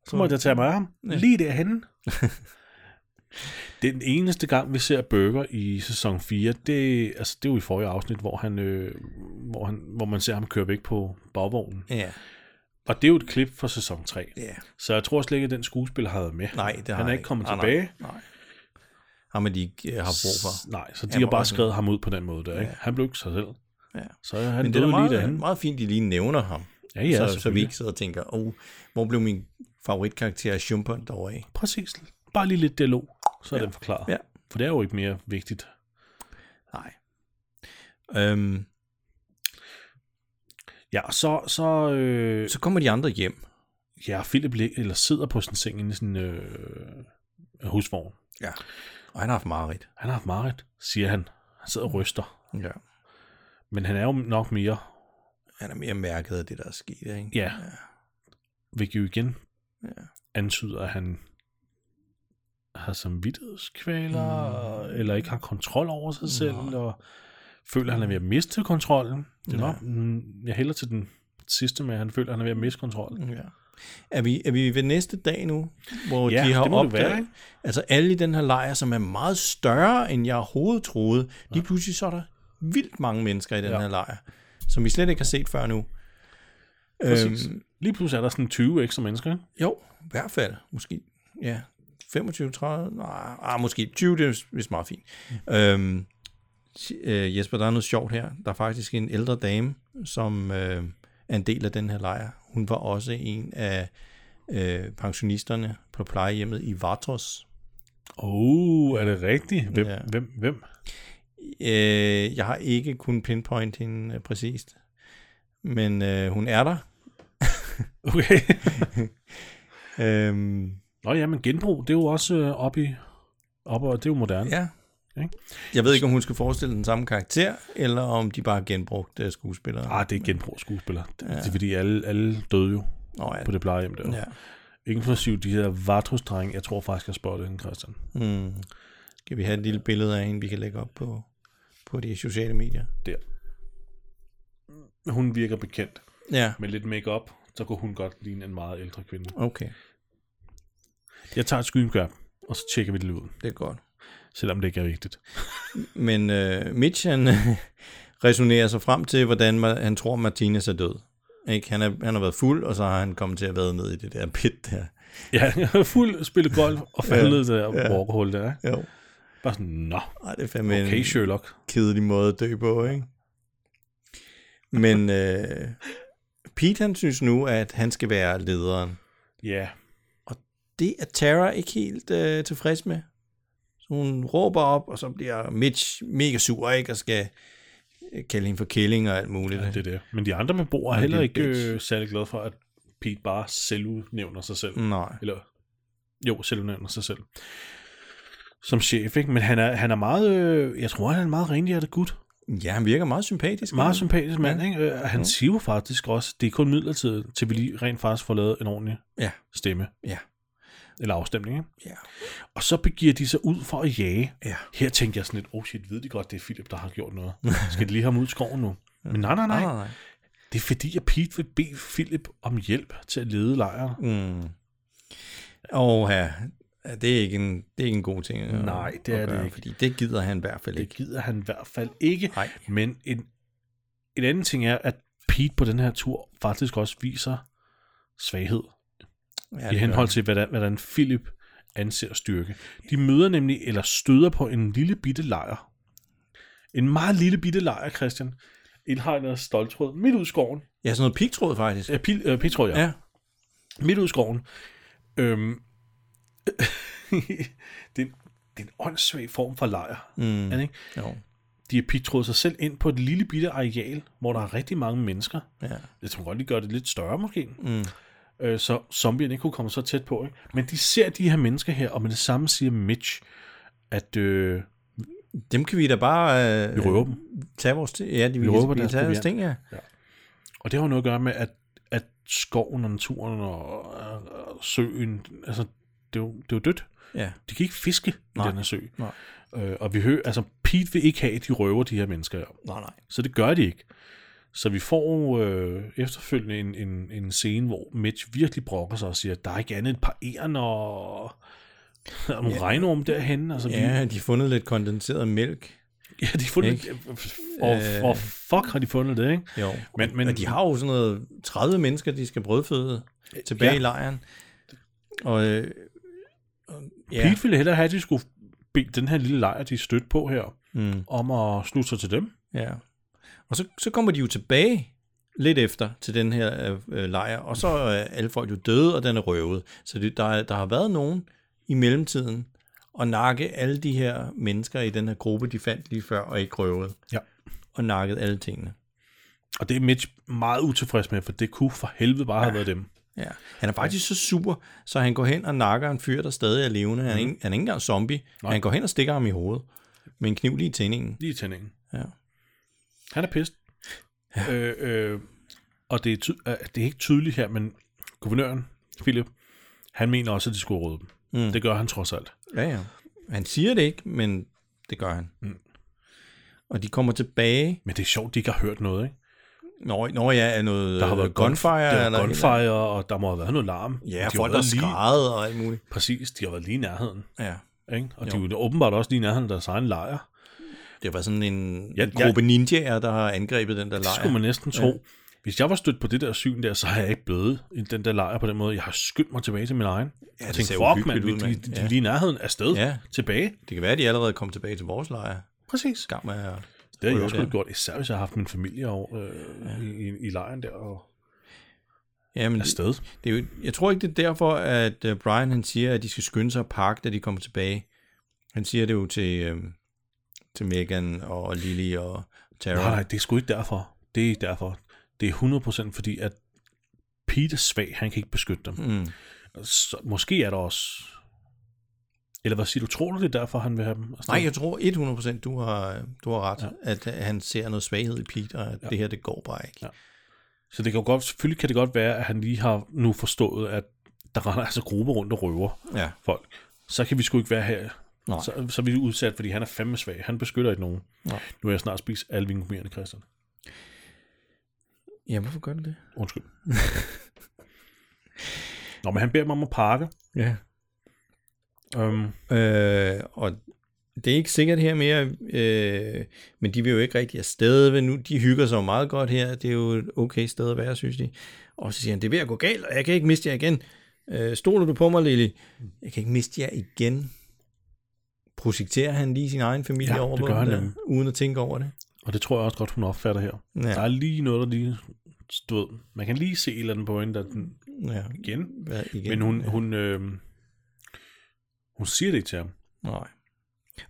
Speaker 2: Så måtte jeg tage mig af ham.
Speaker 4: Ja.
Speaker 2: Lige derhenne. Det er Den eneste gang, vi ser Burger i sæson 4, det, altså, det er jo i forrige afsnit, hvor, han, øh, hvor, han, hvor man ser ham køre væk på bagvognen.
Speaker 4: Ja,
Speaker 2: Og det er jo et klip fra sæson 3.
Speaker 4: ja.
Speaker 2: Så jeg tror slet ikke, at den skuespiller har været med.
Speaker 4: Nej, det har
Speaker 2: han er
Speaker 4: han
Speaker 2: ikke kommet
Speaker 4: Nej, nej,
Speaker 2: tilbage.
Speaker 4: Nej. Ham er de ikke øh, har brug for.
Speaker 2: S- Nej, så de
Speaker 4: Han
Speaker 2: har
Speaker 4: var
Speaker 2: bare
Speaker 4: også med.
Speaker 2: skrevet ham ud på den måde der. Ikke?
Speaker 4: Ja.
Speaker 2: Han blev ikke sig selv.
Speaker 4: Ja.
Speaker 2: Så er han
Speaker 4: Men
Speaker 2: Men
Speaker 4: det er da
Speaker 2: døde lige
Speaker 4: meget,
Speaker 2: derhen.
Speaker 4: meget fint, de lige nævner ham.
Speaker 2: Ja, ja,
Speaker 4: så, så vi
Speaker 2: selvfølgelig.
Speaker 4: ikke sidder og tænker, oh, hvor blev min favoritkarakter Shumpon dog af?
Speaker 2: Præcis. Bare lige lidt dialog, så er ja. den forklaret.
Speaker 4: Ja.
Speaker 2: For det er jo ikke mere vigtigt.
Speaker 4: Nej. Øhm,
Speaker 2: Ja, og så, så, øh,
Speaker 4: så kommer de andre hjem.
Speaker 2: ja, Philip lig, eller sidder på sin seng inde i sin øh, husvogn.
Speaker 4: Og han har haft mareridt.
Speaker 2: Han har haft mareridt, siger han. Han sidder og ryster.
Speaker 4: Ja.
Speaker 2: Men han er jo nok mere,
Speaker 4: Han er mere mærket af det, der er sket. Ikke?
Speaker 2: ja, hvilket jo igen
Speaker 4: Ja.
Speaker 2: antyder, at han har samvittighedskvaler, mm. eller ikke har kontrol over sig selv,
Speaker 4: Nej.
Speaker 2: og føler, at han er ved at miste kontrollen. Det er
Speaker 4: Ja.
Speaker 2: nok, mm, jeg hælder til den sidste med, at han føler, at han er ved at miste kontrollen.
Speaker 4: ja. Er, vi, er vi ved næste dag nu, hvor
Speaker 2: Ja,
Speaker 4: de har
Speaker 2: det må det
Speaker 4: opdaget,
Speaker 2: være, ikke?
Speaker 4: altså alle i den her lejr, som er meget større, end jeg overhovedet troede, ja. lige pludselig så er der vildt mange mennesker i den ja. her lejr, som vi slet ikke har set før nu. Øhm,
Speaker 2: Præcis. Lige pludselig er der sådan 20 ekstra mennesker, ikke?
Speaker 4: Jo, i hvert fald. Måske, ja, 25, 30, nej, ah, måske 20, det er vist meget fint. Mm. Øhm, s- øh, Jesper, der er noget sjovt her. Der er faktisk en ældre dame, som øh, er en del af den her lejr. Hun var også en af øh, pensionisterne på plejehjemmet i Vartos.
Speaker 2: Åh, oh, er det rigtigt? Hvem,
Speaker 4: Ja.
Speaker 2: ja. hvem, hvem?
Speaker 4: Øh, jeg har ikke kunnet pinpoint hende øh, præcist, men øh, hun er der.
Speaker 2: Okay.
Speaker 4: Øhm,
Speaker 2: Nå ja, men genbrug, det er jo også øh, op i, op, og det er jo moderne. Ja.
Speaker 4: Ja.
Speaker 2: Ikke?
Speaker 4: Jeg ved ikke, om hun skal forestille den samme karakter, eller om de bare har genbrugt uh, skuespillere.
Speaker 2: Ah, det er genbrug skuespiller. Ja. Det er fordi alle, alle døde jo
Speaker 4: Nå, ja.
Speaker 2: på det plejehjem der.
Speaker 4: ja.
Speaker 2: Inklusiv de her vartus jeg tror faktisk, jeg spottede hende, Christian.
Speaker 4: Mm. Kan vi have et lille billede af hende, vi kan lægge op på, på de sociale medier?
Speaker 2: Hun virker bekendt.
Speaker 4: Ja,
Speaker 2: Med lidt makeup, så kunne hun godt ligne en meget ældre kvinde.
Speaker 4: okay.
Speaker 2: Jeg tager et skynkør, og så tjekker vi det lige ud,
Speaker 4: Det er godt.
Speaker 2: selvom det ikke er vigtigt.
Speaker 4: Men uh, Mitch, han resonerer sig frem til, hvordan man, han tror, Martinez er død. Ikke? Han, er, han har været fuld, og så har han kommet til at være ned i det der pit der.
Speaker 2: Ja, fuld spille golf og faldet ja, der ja. walkerhul der. ikke?
Speaker 4: Jo.
Speaker 2: Bare sådan, nå,
Speaker 4: Ej, det er fandme en-
Speaker 2: okay Sherlock.
Speaker 4: kedelig måde at dø på, ikke? Men øh, Pete, han synes nu, at han skal være lederen.
Speaker 2: Ja,
Speaker 4: Det er Tara ikke helt øh, tilfreds med. Så hun råber op, og så bliver Mitch mega sur, ikke? Og skal øh, kalde hende for kælling og alt muligt.
Speaker 2: det er det. Men de andre beboere er
Speaker 4: Ja, det er
Speaker 2: heller ikke
Speaker 4: bitch.
Speaker 2: øh, særlig glade for, at Pete bare selvudnævner sig selv.
Speaker 4: Nej.
Speaker 2: Eller, jo, selvudnævner sig selv. Som chef, ikke? Men han er, han er meget, øh, jeg tror, han er en meget renhjertet gut.
Speaker 4: Ja, han virker meget sympatisk.
Speaker 2: Meget
Speaker 4: sympatisk.
Speaker 2: sympatisk mand,
Speaker 4: Mm. Ja. Mm.
Speaker 2: ikke? Øh, og Han siger jo faktisk også, det er kun midlertidigt, til vi lige rent faktisk får lavet en ordentlig
Speaker 4: Ja.
Speaker 2: stemme.
Speaker 4: Ja.
Speaker 2: Eller afstemning, ikke?
Speaker 4: Ja.
Speaker 2: Og så begiver de sig ud for at jage.
Speaker 4: Ja.
Speaker 2: Her tænker jeg sådan lidt, oh shit, ved de godt, det er Philip, der har gjort noget. Skal de lige have ham ud i skoven nu? Men nej, nej, nej.
Speaker 4: Ah, nej.
Speaker 2: Det er fordi, at Pete vil bede Philip om hjælp til at lede lejren.
Speaker 4: Mm. Og ja, ja, det er ikke en, det er ikke en god ting. at-
Speaker 2: Nej, det er
Speaker 4: at
Speaker 2: det
Speaker 4: gøre,
Speaker 2: ikke.
Speaker 4: Fordi det gider han i hvert fald
Speaker 2: Det
Speaker 4: ikke.
Speaker 2: gider han i hvert fald ikke.
Speaker 4: Nej.
Speaker 2: Men en, en anden ting er, at Pete på den her tur faktisk også viser svaghed
Speaker 4: Ja,
Speaker 2: i
Speaker 4: det
Speaker 2: henhold
Speaker 4: gør
Speaker 2: til, hvordan, hvordan Philip anser styrke. De møder nemlig, eller støder på en lille bitte lejr. En meget lille bitte lejr, Christian. Indhegnet af stoltråd midt ud i skoven.
Speaker 4: han. Ja, sådan noget pigtråd faktisk.
Speaker 2: Ja, pil, øh, pitråd, ja.
Speaker 4: Ja.
Speaker 2: Midt ud i skoven. Øhm, det, er en, det er en åndssvag form for lejr.
Speaker 4: Mm.
Speaker 2: Er det ikke?
Speaker 4: Jo.
Speaker 2: De har pitrådet sig selv ind på et lille bitte areal, hvor der er rigtig mange mennesker.
Speaker 4: Ja.
Speaker 2: Jeg tror godt, de gør det lidt større måske,
Speaker 4: Mm.
Speaker 2: øh, så zombierne ikke kunne komme så tæt på. Ikke? Men de ser de her mennesker her, og med det samme siger Mitch, at øh,
Speaker 4: Dem kan vi da bare øh,
Speaker 2: Vi røver dem.
Speaker 4: tage vores ting. Ja, de, vi,
Speaker 2: røver
Speaker 4: vi, vi
Speaker 2: deres
Speaker 4: tager deres
Speaker 2: proviant.
Speaker 4: ting, ja.
Speaker 2: Og det har jo noget at gøre med, at, at skoven og naturen og, og, og søen, altså det er, jo, det er jo dødt.
Speaker 4: Ja.
Speaker 2: De kan ikke fiske
Speaker 4: Nej.
Speaker 2: i den her sø.
Speaker 4: Nej.
Speaker 2: Øh, og vi hører, altså Pete vil ikke have, at de røver de her mennesker her.
Speaker 4: Nej, nej.
Speaker 2: Så det gør de ikke. Så vi får øh, efterfølgende en, en, en scene, hvor Mitch virkelig brokker sig og siger, der er ikke andet end et par æren og, og nogle ja. regnorm derhen. Altså, vi,
Speaker 4: Ja, de har fundet lidt kondenseret mælk.
Speaker 2: ja, de har fundet, og, og fuck har de fundet det, ikke?
Speaker 4: Jo.
Speaker 2: Men- men-
Speaker 4: og de har jo sådan noget 30 mennesker, de skal brødføde
Speaker 2: Øh, ja.
Speaker 4: tilbage ja. i lejren. Og, øh, og-
Speaker 2: Ja. Pete ville hellere have, at de skulle bede den her lille lejr, de er stødt på her,
Speaker 4: Mm,
Speaker 2: om at slutte sig til dem.
Speaker 4: ja. Og så, så kommer de jo tilbage lidt efter til den her øh, øh, lejr, og så er alle folk jo døde, og den er røvet. Så det, der, er- der har været nogen i mellemtiden og nakke alle de her mennesker i den her gruppe, de fandt lige før og ikke røvede.
Speaker 2: Ja.
Speaker 4: Og nakket alle tingene.
Speaker 2: Og det er Mitch meget utilfreds med, for det kunne for helvede bare ja. have været dem.
Speaker 4: Ja. Han er faktisk så super, så han går hen og nakker en fyr, der stadig er levende. Han er, ikke, han er ikke engang zombie. Mhm. Nej. Han går hen og stikker ham i hovedet med en kniv lige i tændingen.
Speaker 2: Lige i tændingen.
Speaker 4: Ja.
Speaker 2: Han er pist. Ja. Øh, øh, og det er, ty- øh, det er ikke tydeligt her, men guvernøren, Philip, han mener også, at de skulle råde dem. Mm. Det gør han trods alt.
Speaker 4: Ja, ja. Han siger det ikke, men det gør han. Mm. Og de kommer tilbage.
Speaker 2: Men det er sjovt, de ikke har hørt noget, ikke?
Speaker 4: Når, når jeg er noget der har været Øh, gunfire.
Speaker 2: gun- der
Speaker 4: eller-
Speaker 2: eller gunfire, og der må have været noget larm. Og de
Speaker 4: Ja,
Speaker 2: har
Speaker 4: folk der
Speaker 2: været
Speaker 4: er
Speaker 2: lige,
Speaker 4: skræddet og alt muligt.
Speaker 2: Præcis, de har været lige i nærheden.
Speaker 4: Ja.
Speaker 2: Ikke? Og jo. de er jo åbenbart også lige i nærheden af deres egen lejr.
Speaker 4: Det var sådan en,
Speaker 2: Ja,
Speaker 4: en gruppe ninjaer, der har angrebet den der
Speaker 2: Det skulle
Speaker 4: lejr.
Speaker 2: man næsten tro. Hvis jeg var stødt på det der syn der, så havde jeg ikke blevet i den der lejr på den måde. Jeg har skyndt mig tilbage til min egen. Ja, jeg
Speaker 4: det
Speaker 2: tænkte,
Speaker 4: ser
Speaker 2: fuck mand,
Speaker 4: uhyggeligt
Speaker 2: vi-
Speaker 4: ud,
Speaker 2: de,
Speaker 4: mand.
Speaker 2: de, de
Speaker 4: Ja.
Speaker 2: er lige i nærheden afsted
Speaker 4: Ja.
Speaker 2: tilbage.
Speaker 4: Det kan være, at de allerede kom tilbage til vores lejr.
Speaker 2: Præcis.
Speaker 4: Gang med at
Speaker 2: Det har jeg
Speaker 4: prøve
Speaker 2: også gjort, især hvis jeg har haft min familie over, øh, ja. i, i, i lejren der og
Speaker 4: Jamen,
Speaker 2: afsted.
Speaker 4: Det er jo, jeg tror ikke, det er derfor, at øh, Brian han siger, at de skal skynde sig at pakke, da de kommer tilbage. Han siger det jo til, øh, til Megan og Lily og Tara.
Speaker 2: Nej, nej, det er sgu ikke derfor. Det er ikke derfor. Det er 100% fordi, at Pete er svag. Han kan ikke beskytte dem.
Speaker 4: Mm.
Speaker 2: Så, måske er der også... Eller hvad siger du? Tror du, det er derfor, han vil have dem? afsted?
Speaker 4: nej, jeg tror 100% du har, du har ret, ja. at øh, han ser noget svaghed i Pete, og at ja. det her, det går bare ikke.
Speaker 2: Ja. Så det kan jo godt, selvfølgelig kan det godt være, at han lige har nu forstået, at der render altså grupper rundt og røver
Speaker 4: Ja.
Speaker 2: folk. Så kan vi sgu ikke være her.
Speaker 4: Nej.
Speaker 2: Så, så er vi udsat, fordi han er fandme svag. Han beskytter ikke nogen.
Speaker 4: Nej.
Speaker 2: Nu er jeg snart spist alle vingumerende, Christian.
Speaker 4: ja, hvorfor gør du det?
Speaker 2: Undskyld. Nå, men han beder mig om at pakke.
Speaker 4: Ja.
Speaker 2: Øhm,
Speaker 4: Øh, og det er ikke sikkert her mere, øh, men de vil jo ikke rigtig afsted ved nu. De hygger sig jo meget godt her. Det er jo et okay sted at være, synes de. Og så siger han, det er ved at gå galt, og jeg kan ikke miste jer igen. Øh, stoler du på mig, Lili? Jeg kan ikke miste jer igen. Projekterer han lige sin egen familie
Speaker 2: Ja,
Speaker 4: over
Speaker 2: det
Speaker 4: på
Speaker 2: gør
Speaker 4: dem
Speaker 2: han
Speaker 4: der,
Speaker 2: nemlig.
Speaker 4: uden at tænke over det?
Speaker 2: og det tror jeg også godt, hun opfatter her. Ja. Der
Speaker 4: Ja,
Speaker 2: er lige noget, der lige... Du ved, man kan lige se et eller andet på hende, der den
Speaker 4: ja.
Speaker 2: igen.
Speaker 4: Hvad igen.
Speaker 2: Men hun, hun, øh, hun siger det ikke til ham.
Speaker 4: Nej.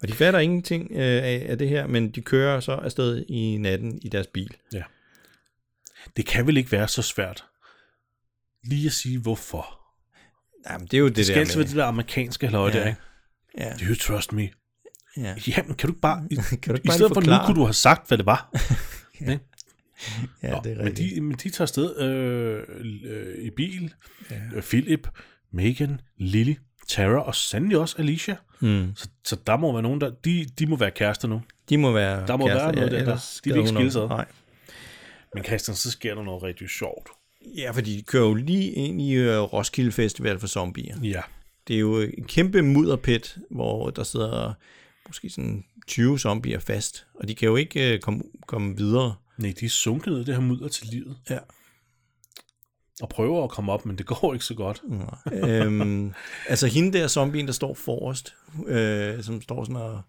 Speaker 4: Og de fatter ingenting øh, af, af det her, men de kører så afsted i natten i deres bil.
Speaker 2: det kan vel ikke være så svært lige at sige, hvorfor.
Speaker 4: Jamen, det er jo det,
Speaker 2: Det skal
Speaker 4: der
Speaker 2: altid være det der amerikanske halløj
Speaker 4: Ja.
Speaker 2: ja. der, ikke?
Speaker 4: Ja,
Speaker 2: Do you trust me?
Speaker 4: ja.
Speaker 2: Jamen, kan du ikke bare... I,
Speaker 4: Kan du ikke
Speaker 2: i
Speaker 4: bare
Speaker 2: stedet for nu,
Speaker 4: forklare?
Speaker 2: kunne du have sagt, hvad det var.
Speaker 4: Ja,
Speaker 2: Nå,
Speaker 4: det er
Speaker 2: men,
Speaker 4: rigtigt.
Speaker 2: de, men de tager afsted øh, øh, i bil. Ja. Øh, Philip, Megan, Lily, Tara og sandelig også Alicia.
Speaker 4: Mm.
Speaker 2: Så, så der må være nogen, der... De, de må være kærester nu.
Speaker 4: De må være
Speaker 2: Der må være
Speaker 4: kærester,
Speaker 2: noget der, der-
Speaker 4: ellers
Speaker 2: de vil ikke
Speaker 4: skal hun
Speaker 2: skilles ad.
Speaker 4: nok- Nej.
Speaker 2: Men Christian, så sker der noget rigtig sjovt.
Speaker 4: Ja, fordi de kører jo lige ind i øh, Roskilde Festival for zombier.
Speaker 2: Ja.
Speaker 4: Det er jo en kæmpe mudderpit, hvor der sidder måske sådan 20 zombier fast, og de kan jo ikke øh, komme, komme videre.
Speaker 2: Nej, de er sunket ned i det her mudder til livet.
Speaker 4: Ja.
Speaker 2: Og prøver at komme op, men det går ikke så godt.
Speaker 4: øhm, altså hende der zombien, der står forrest, øh, som står sådan og...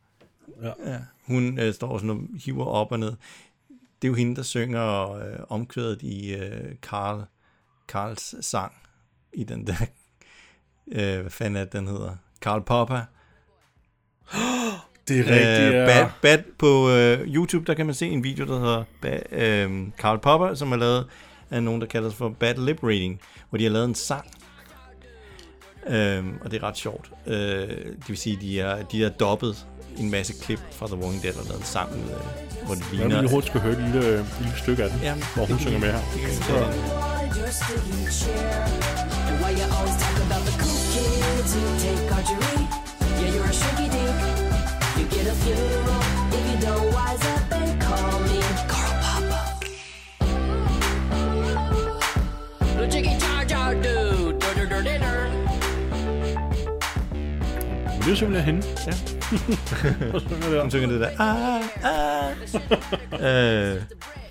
Speaker 2: Ja.
Speaker 4: Ja, hun øh, står sådan og hiver op og ned. Det er jo hende, der synger øh, omkvædet i øh, Karl, Karls sang i den der... Øh, hvad fanden er det, den hedder? Karl Popper.
Speaker 2: Det er rigtigt,
Speaker 4: Øh,
Speaker 2: ja.
Speaker 4: bad, bad på øh, YouTube, der kan man se en video, der hedder Bad, øh, Karl Popper, som er lavet af nogen, der kalder sig for Bad Lip Reading, hvor de har lavet en sang, Øhm, og det er ret sjovt. Øh, det vil sige, de er, de er dobbet en masse klip fra The Walking Dead og lavet sammen ud af det, hvor det
Speaker 2: Jeg vil
Speaker 4: ligner...
Speaker 2: lige hurtigt skulle høre et lille, øh, lille stykke af den,
Speaker 4: Jamen,
Speaker 2: hvor hun
Speaker 4: det-
Speaker 2: synger med her.
Speaker 4: det kan vi tage ind.
Speaker 5: Lord, your sticking chair. And why you always talk about the cool kids who take archery? Yeah, you're a shrinky dink. You get a funeral if you don't wise up and call me Carl Papa. Little chicky jar jar dude. Dur, dur, dur, dinner.
Speaker 2: Men det er simpelthen hende. Ja. og synger der.
Speaker 4: Hun synger det der. Ah, ah. øh,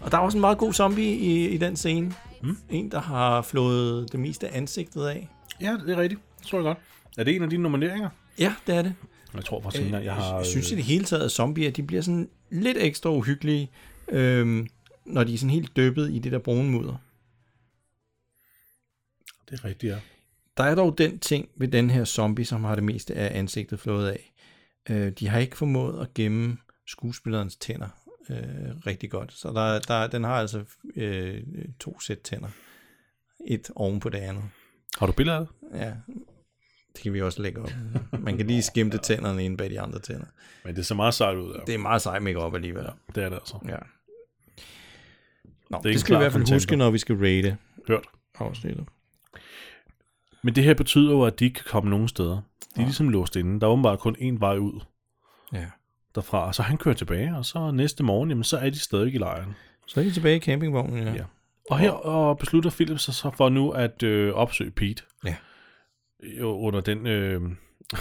Speaker 4: og der er også en meget god zombie i, i den scene.
Speaker 2: Hmm?
Speaker 4: Mm. En, der har flået det meste af ansigtet af.
Speaker 2: Ja, det er rigtigt. Det tror jeg godt. Er det en af dine nomineringer?
Speaker 4: Ja, det er det.
Speaker 2: Jeg tror faktisk, øh, jeg har...
Speaker 4: Jeg synes i det hele taget, at zombier de bliver sådan lidt ekstra uhyggelige, øhm, når de er sådan helt døbet i det der brune mudder.
Speaker 2: det er rigtigt, ja.
Speaker 4: Der er dog den ting ved den her zombie, som har det meste af ansigtet flået af. Øh, de har ikke formået at gemme skuespillerens tænder øh, rigtig godt. Så der, der, den har altså øh, to sæt tænder. Et oven på det andet.
Speaker 2: Har du billeder af det?
Speaker 4: Ja, det kan vi også lægge op. Man kan lige skimte tænderne inde bag de andre tænder.
Speaker 2: Men det ser meget sejt ud, ja.
Speaker 4: Det er meget sej make-up alligevel.
Speaker 2: Det er det altså.
Speaker 4: Ja. Nå, det,
Speaker 2: ikke
Speaker 4: det skal vi
Speaker 2: klar
Speaker 4: i hvert fald
Speaker 2: contender.
Speaker 4: huske, når vi skal rate
Speaker 2: Hørt.
Speaker 4: afsnittet.
Speaker 2: Men det her betyder jo, at de ikke kan komme nogen steder. De er ligesom låst inde. Der er åbenbart kun én vej ud
Speaker 4: Ja.
Speaker 2: derfra. Og så han kører tilbage, og så næste morgen, jamen, så er de stadig i lejren.
Speaker 4: Så er I tilbage i campingvognen, ja.
Speaker 2: Ja. Og her og beslutter Philip sig så for nu at øh, opsøge Pete.
Speaker 4: Ja.
Speaker 2: Jo, under den... Øh,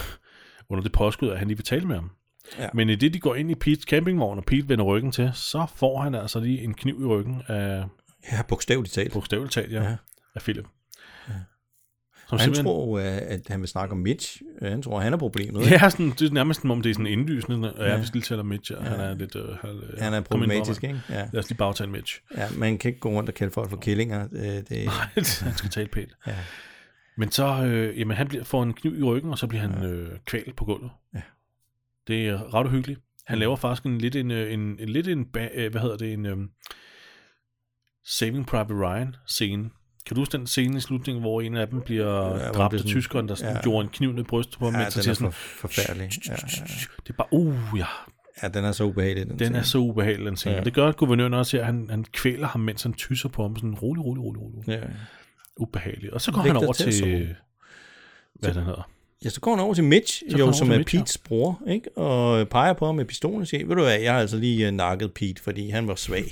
Speaker 2: under det påskud, at han lige vil tale med ham.
Speaker 4: Ja.
Speaker 2: Men i det, de går ind i Pete's campingvogn, og Pete vender ryggen til, så får han altså lige en kniv i ryggen af,
Speaker 4: ja bogstaveligt talt.
Speaker 2: bogstaveligt talt, ja,
Speaker 4: Ja.
Speaker 2: ja. af Philip. Ja. Som
Speaker 4: Han tror jo, øh, at han vil snakke om Mitch. Øh, Han tror, han er problemet. ikke?
Speaker 2: Ja, sådan, det er nærmest som om, det er sådan indlysende. Ja, ja. vi skal lige tale om Mitch. Ja. Han er lidt... Øh, halv, øh,
Speaker 4: Han er
Speaker 2: kom ind på
Speaker 4: problematisk,
Speaker 2: mig.
Speaker 4: ikke? Ja.
Speaker 2: Lad os lige bagtale Mitch.
Speaker 4: ja. man kan ikke gå rundt og kalde folk for killinger. Øh, Det,
Speaker 2: han skal tale pænt.
Speaker 4: Ja.
Speaker 2: Men så, øh, jamen, han bliver, får en kniv i ryggen, og så bliver han øh, kvalt på gulvet.
Speaker 4: Ja.
Speaker 2: Det er ret uhyggeligt. Han laver faktisk en lidt en, øh, en, en lidt en, ba- øh, hvad hedder det, en øhm, Saving Private Ryan scene. Kan du huske den scene i slutningen, hvor en af dem bliver
Speaker 4: hvor
Speaker 2: ja, dræbt
Speaker 4: han bliver
Speaker 2: af
Speaker 4: sådan-
Speaker 2: tyskeren, der sådan,
Speaker 4: ja.
Speaker 2: ja. gjorde en kniv ned i brystet på ham,
Speaker 4: ja,
Speaker 2: mens han
Speaker 4: den
Speaker 2: siger
Speaker 4: er
Speaker 2: sådan,
Speaker 4: for, forfærdelig. Ja, ja, ja.
Speaker 2: det er bare, uh, ja,
Speaker 4: ja, den er så ubehagelig, den,
Speaker 2: Den
Speaker 4: scene.
Speaker 2: er så ubehagelig, den scene.
Speaker 4: Ja.
Speaker 2: Ja. Det gør, at guvernøren også her, han, han kvæler ham, mens han tysser på ham. Sådan rolig, rolig, rolig, rolig.
Speaker 4: Ja.
Speaker 2: Ubehageligt. Og så går
Speaker 4: Læg
Speaker 2: han
Speaker 4: dig
Speaker 2: over
Speaker 4: til
Speaker 2: til,
Speaker 4: at sove.
Speaker 2: hvad den hedder.
Speaker 4: ja, så går han over til Mitch,
Speaker 2: går han
Speaker 4: jo,
Speaker 2: over
Speaker 4: som
Speaker 2: til
Speaker 4: er
Speaker 2: Mitch, ja.
Speaker 4: Pete's bror, ikke? og peger på ham med pistolen og siger, ved du hvad, jeg har altså lige øh, nakket Pete, fordi han var svag.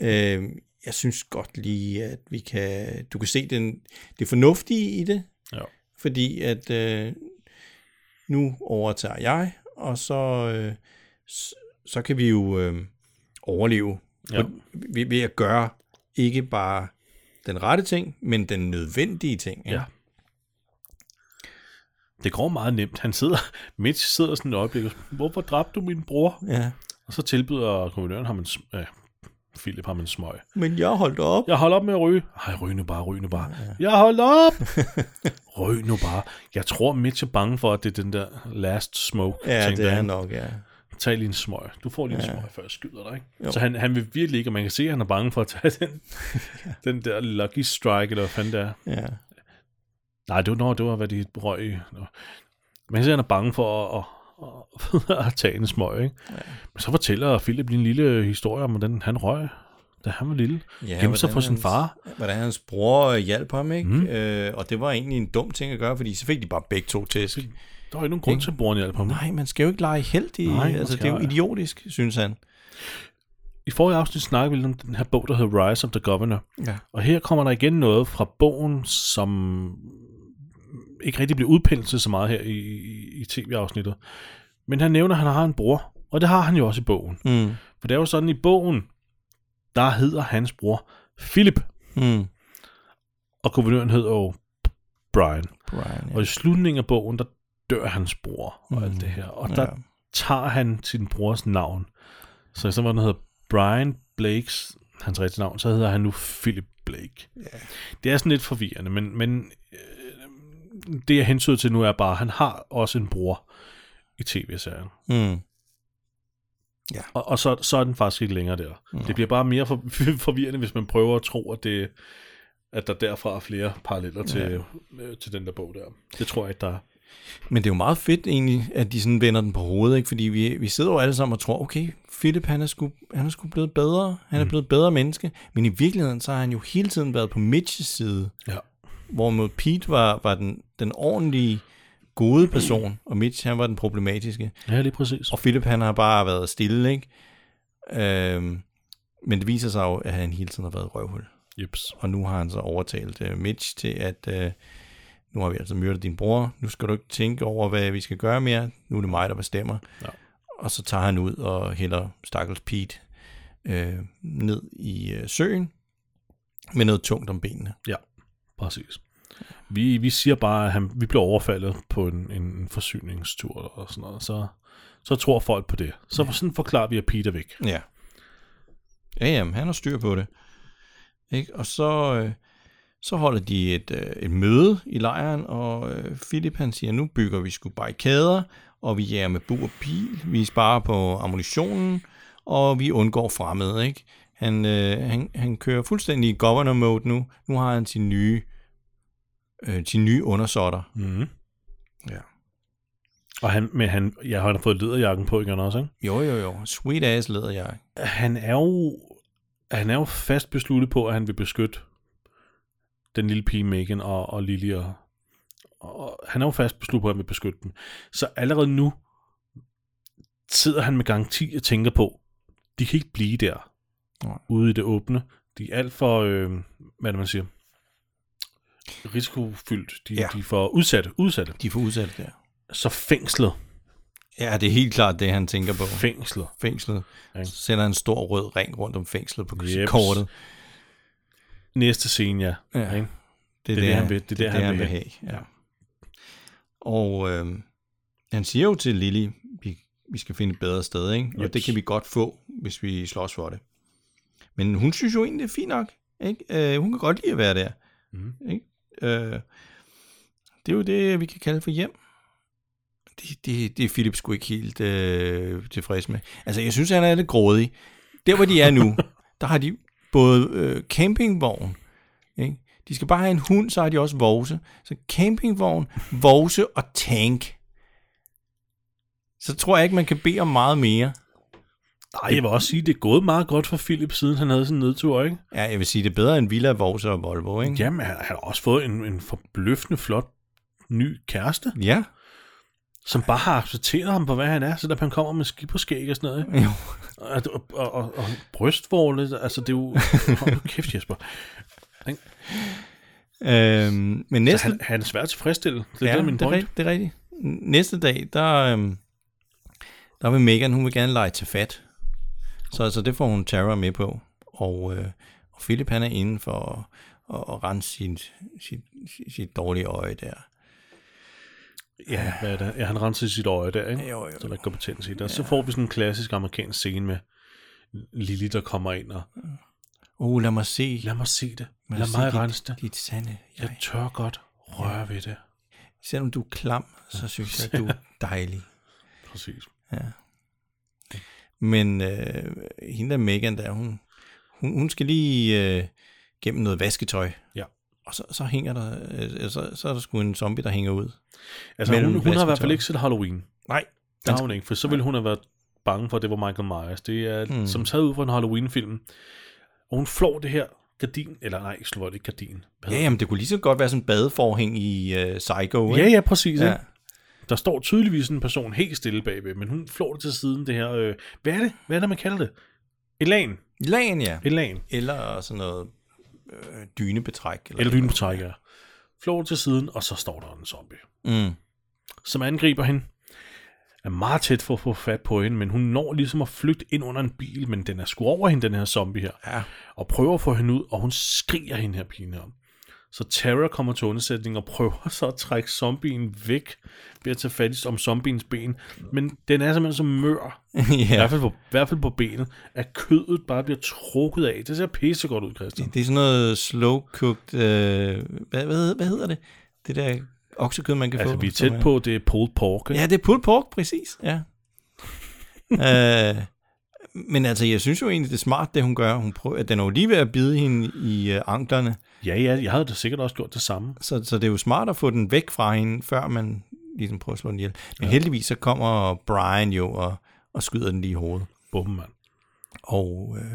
Speaker 4: øh, jeg synes godt lige, at vi kan, du kan se den, det fornuftige i det,
Speaker 2: Ja.
Speaker 4: fordi at øh, nu overtager jeg, og så, øh, s- så kan vi jo øh, overleve
Speaker 2: Ja.
Speaker 4: på- ved, ved at gøre ikke bare den rette ting, men den nødvendige ting. ikke?
Speaker 2: Ja. Det går meget nemt. Han sidder, Mitch sidder sådan et øjeblik og spørger, hvorfor dræbte du min bror?
Speaker 4: ja.
Speaker 2: Og så tilbyder guvernøren ham en, sm- øh, Philip ham en smøg.
Speaker 4: Men jeg holdt op.
Speaker 2: Jeg holder op med at ryge. Ej, ryg nu bare, ryg nu bare. Jeg holder op! ryg nu bare. Jeg tror, Mitch er bange for, at det er den der last smoke.
Speaker 4: Ja,
Speaker 2: tænkte
Speaker 4: det er han nok, ja.
Speaker 2: tag lige en smøg. Du får lige en ja. smøg, før jeg skyder dig.
Speaker 4: Jo.
Speaker 2: Ikke? Så han, han vil virkelig ikke, og man kan se, at han er bange for at tage den, den der lucky strike, eller hvad fanden det er.
Speaker 4: ja.
Speaker 2: Nej, det var, nå, det var hvad de røg i. Nå. Man kan se, at han er bange for at, at, at tage en smøg. Ikke? Ja. Men så fortæller Philip lige en lille historie om, hvordan han røg, da han var lille. Ja, Gemte sig
Speaker 4: hvordan
Speaker 2: for sin
Speaker 4: hans-
Speaker 2: far.
Speaker 4: Hvordan hans bror øh, hjalp ham, ikke? Mm. Øh, og det var egentlig en dum ting at gøre, fordi så fik de bare begge to tæsk.
Speaker 2: Der var ikke nogen grund til, at broren hjalp ham.
Speaker 4: Nej, man skal jo ikke lege heldig.
Speaker 2: Nej, man
Speaker 4: altså,
Speaker 2: skal
Speaker 4: det er jo
Speaker 2: ej.
Speaker 4: idiotisk, synes han.
Speaker 2: I forrige afsnit snakkede vi lidt om den her bog, der hedder Rise of the Governor.
Speaker 4: Ja.
Speaker 2: Og her kommer der igen noget fra bogen, som ikke rigtig bliver udpenslet så meget her i, i, i tv-afsnittet. Men han nævner, at han har en bror, og det har han jo også i bogen.
Speaker 4: Mm.
Speaker 2: For det er jo sådan, i bogen, der hedder hans bror Philip,
Speaker 4: Mm.
Speaker 2: og guvernøren hedder jo Brian.
Speaker 4: Brian, ja.
Speaker 2: Og i slutningen af bogen, der dør hans bror og
Speaker 4: Mm.
Speaker 2: alt det her. Og der
Speaker 4: ja.
Speaker 2: ja. tager han sin brors navn. Så i stedet for, at han hedder Brian Blakes, hans rigtige navn, så hedder han nu Philip Blake. Ja. Det er sådan lidt forvirrende, men, men øh, det jeg hensyder til nu er bare, at han har også en bror i tv-serien.
Speaker 4: Mm.
Speaker 2: Og, og så, så er den faktisk ikke længere der. Det bliver bare mere for, forvirrende, hvis man prøver at tro, at det at der derfra er flere paralleller til, øh, til den der bog der. Det tror jeg ikke, der er.
Speaker 4: Men det er jo meget fedt egentlig, at de sådan vender den på hovedet, ikke? fordi vi, vi sidder jo alle sammen og tror, okay, Philip han er sgu, han er sgu blevet bedre, han er
Speaker 2: Mm.
Speaker 4: blevet bedre menneske, men i virkeligheden så har han jo hele tiden været på Mitches side,
Speaker 2: Ja.
Speaker 4: hvorimod Pete var, var den, den ordentlige, gode person, og Mitch han var den problematiske.
Speaker 2: Ja, lige præcis.
Speaker 4: Og Philip han har bare været stille, ikke? Øhm, men det viser sig jo, at han hele tiden har været et røvhul.
Speaker 2: Jeps.
Speaker 4: Og nu har han så overtalt uh, Mitch til, at uh, nu har vi altså myrdet din bror. Nu skal du ikke tænke over, hvad vi skal gøre mere. Nu er det mig, der bestemmer. Ja. Og så tager han ud og hælder stakkels Pete uh, ned i uh, søen med noget tungt om benene.
Speaker 2: Ja, præcis. Vi, vi siger bare, at han, vi blev overfaldet på en, en forsyningstur og sådan noget. Så, så tror folk på det. Så ja. sådan forklarer vi, at Peter væk.
Speaker 4: Ja. Ja, jamen, han har styr på det. Ikke? Og så, øh, så holder de et, øh, et møde i lejren, og øh, Philip han siger, nu bygger vi sgu barrikader, og vi jager med bur og pil, vi sparer på ammunitionen, og vi undgår fremmede, ikke? Han, øh, han, han kører fuldstændig i governor mode nu. Nu har han sin nye, øh, sin nye undersåtter.
Speaker 2: Mm.
Speaker 4: Ja.
Speaker 2: Og han, men han, ja, han har fået lederjakken på igen også, ikke?
Speaker 4: Jo, jo, jo. Sweet ass leder jeg.
Speaker 2: Han er jo, han er jo fast besluttet på, at han vil beskytte den lille pige Megan og, og Lily. Og, og, han er jo fast besluttet på, at han vil beskytte dem. Så allerede nu sidder han med garanti og tænker på, de kan ikke blive der
Speaker 4: Nej.
Speaker 2: ude i det åbne. De er alt for, øh, hvad er det, man siger, risikofyldt. De,
Speaker 4: Ja.
Speaker 2: ja. de er for udsatte, udsatte.
Speaker 4: De får udsat det.
Speaker 2: Så fængslet,
Speaker 4: Ja, det er helt klart det, han tænker på.
Speaker 2: fængslet.
Speaker 4: fængslet.
Speaker 2: Ikke?
Speaker 4: Så sender han en stor rød ring rundt om fængslet på
Speaker 2: Jeps.
Speaker 4: kortet.
Speaker 2: Næste scene, ja.
Speaker 4: Ja.
Speaker 2: Ikke?
Speaker 4: Det
Speaker 2: det, han vil- det er det, han vil
Speaker 4: have. Ja. Og øh, han siger jo til Lili, vi, vi skal finde et bedre sted, ikke? og
Speaker 2: Jeps.
Speaker 4: det kan vi godt få, hvis vi slås for det. Men hun synes jo egentlig, det er fint nok. Ikke? Øh, hun kan godt lide at være der.
Speaker 2: Mhm.
Speaker 4: Ikke? Øh, det er jo det, vi kan kalde for hjem. Det, det, det er Philip sgu ikke helt øh, tilfreds med. Altså, jeg synes, han er lidt grådig. Der, hvor de er nu, der har de både øh, campingvogn, ikke? de skal bare have en hund, så har de også vose. Så campingvogn, vose og tank. Så tror jeg ikke, man kan bede om meget mere.
Speaker 2: Ej, jeg vil også sige, det er gået meget godt for Philip, siden han havde sin nedtur, ikke?
Speaker 4: Ja, jeg vil sige, det er bedre end Villa, Vose og Volvo, ikke?
Speaker 2: Jamen, han han har også fået en, en forbløffende flot ny kæreste,
Speaker 4: Ja.
Speaker 2: som bare har accepteret ham på, hvad han er, selvom han kommer med skib og skæg og sådan noget. ikke?
Speaker 4: Jo.
Speaker 2: Og, og, og, og, og brystvorle, altså det er jo... Hold nu kæft, Jesper. Altså,
Speaker 4: Øhm, men
Speaker 2: Så
Speaker 4: næste...
Speaker 2: han, han er svært tilfredsstillet. Det er ja, det, der
Speaker 4: ja,
Speaker 2: er min
Speaker 4: det, er
Speaker 2: point.
Speaker 4: rigtigt, det er rigtigt. Næste dag, der, øhm, der vil Megan, hun vil gerne lege til fat. Så altså, det får hun Tara med på. Og, øh, og Philip, han er inde for at, at, at rense sit, sit, sit, sit dårlige øje der.
Speaker 2: Ja, hvad er det? ja, han renser sit øje der, ikke?
Speaker 4: Jo, jo.
Speaker 2: Så der ikke går betændelse i det. Og så får vi sådan en klassisk amerikansk scene med Lili, der kommer ind og...
Speaker 4: Oh, lad mig se.
Speaker 2: Lad mig se det.
Speaker 4: mig
Speaker 2: Lad
Speaker 4: se
Speaker 2: mig
Speaker 4: dit-
Speaker 2: rense det.
Speaker 4: Dit sande
Speaker 2: Jeg
Speaker 4: jeg.
Speaker 2: tør godt røre ved det.
Speaker 4: Selvom du er klam, så synes jeg, at du er dejlig.
Speaker 2: Præcis.
Speaker 4: Men øh, hende der Megan der, hun, hun, hun skal lige øh, gennem noget vasketøj.
Speaker 2: Ja.
Speaker 4: Og så, så hænger der, øh, så, så er der sgu en zombie, der hænger ud.
Speaker 2: Altså,
Speaker 4: Mellem
Speaker 2: hun, hun har i hvert fald
Speaker 4: vasketøj.
Speaker 2: ikke set Halloween.
Speaker 4: Nej.
Speaker 2: Det har hun ikke, for så ville hun have været bange for, at det var Michael Myers. Det er mm. som taget ud fra en Halloween-film. Og hun flår det her gardin, eller nej, slår det ikke gardin. Hvad
Speaker 4: Ja,
Speaker 2: hedder
Speaker 4: jamen det kunne lige så godt være sådan en badeforhæng i øh, Psycho,
Speaker 2: det? ja, ja, præcis. Ja.
Speaker 4: ja.
Speaker 2: Ikke? Der står tydeligvis en person helt stille bagved, men hun flår det til siden, det her, øh, hvad er det? Hvad er det, man kalder det? Elan.
Speaker 4: Lagen, ja.
Speaker 2: Elan.
Speaker 4: Eller sådan noget øh, dynebetræk.
Speaker 2: Eller lynbetrækker. Flår det til siden, og så står der en zombie,
Speaker 4: Mm.
Speaker 2: som angriber hende. Er meget tæt for at få fat på hende, men hun når ligesom at flygte ind under en bil, men den er sgu over hende, den her zombie her.
Speaker 4: Ja.
Speaker 2: og prøver at få hende ud, og hun skriger hende her pigen her om. Så Tara kommer til undsætning og prøver så at trække zombien væk ved at tage fat i om zombiens ben. Men den er simpelthen så mør, i,
Speaker 4: Mm. ja.
Speaker 2: hvert fald på, i hvert fald på benet, at kødet bare bliver trukket af. Det ser pisse godt ud, Christian.
Speaker 4: Det er sådan noget slow-cooked, øh, hvad, hvad, hvad hedder det? Det der oksekød, man kan
Speaker 2: Altså,
Speaker 4: få.
Speaker 2: vi er
Speaker 4: som
Speaker 2: tæt på, det er pulled pork. Ikke?
Speaker 4: Ja, det er pulled pork, præcis. Ja. øh, Men altså, jeg synes jo egentlig, det er smart, det hun gør. Hun prøver, at den er jo lige ved at bide hende i øh, anklerne.
Speaker 2: Ja, ja, jeg havde da sikkert også gjort det samme.
Speaker 4: Så, så det er jo smart at få den væk fra hende, før man ligesom prøver at slå den ihjel. Men ja. heldigvis så kommer Brian jo og, og skyder den lige i hovedet.
Speaker 2: Bum, mand.
Speaker 4: Og, øh,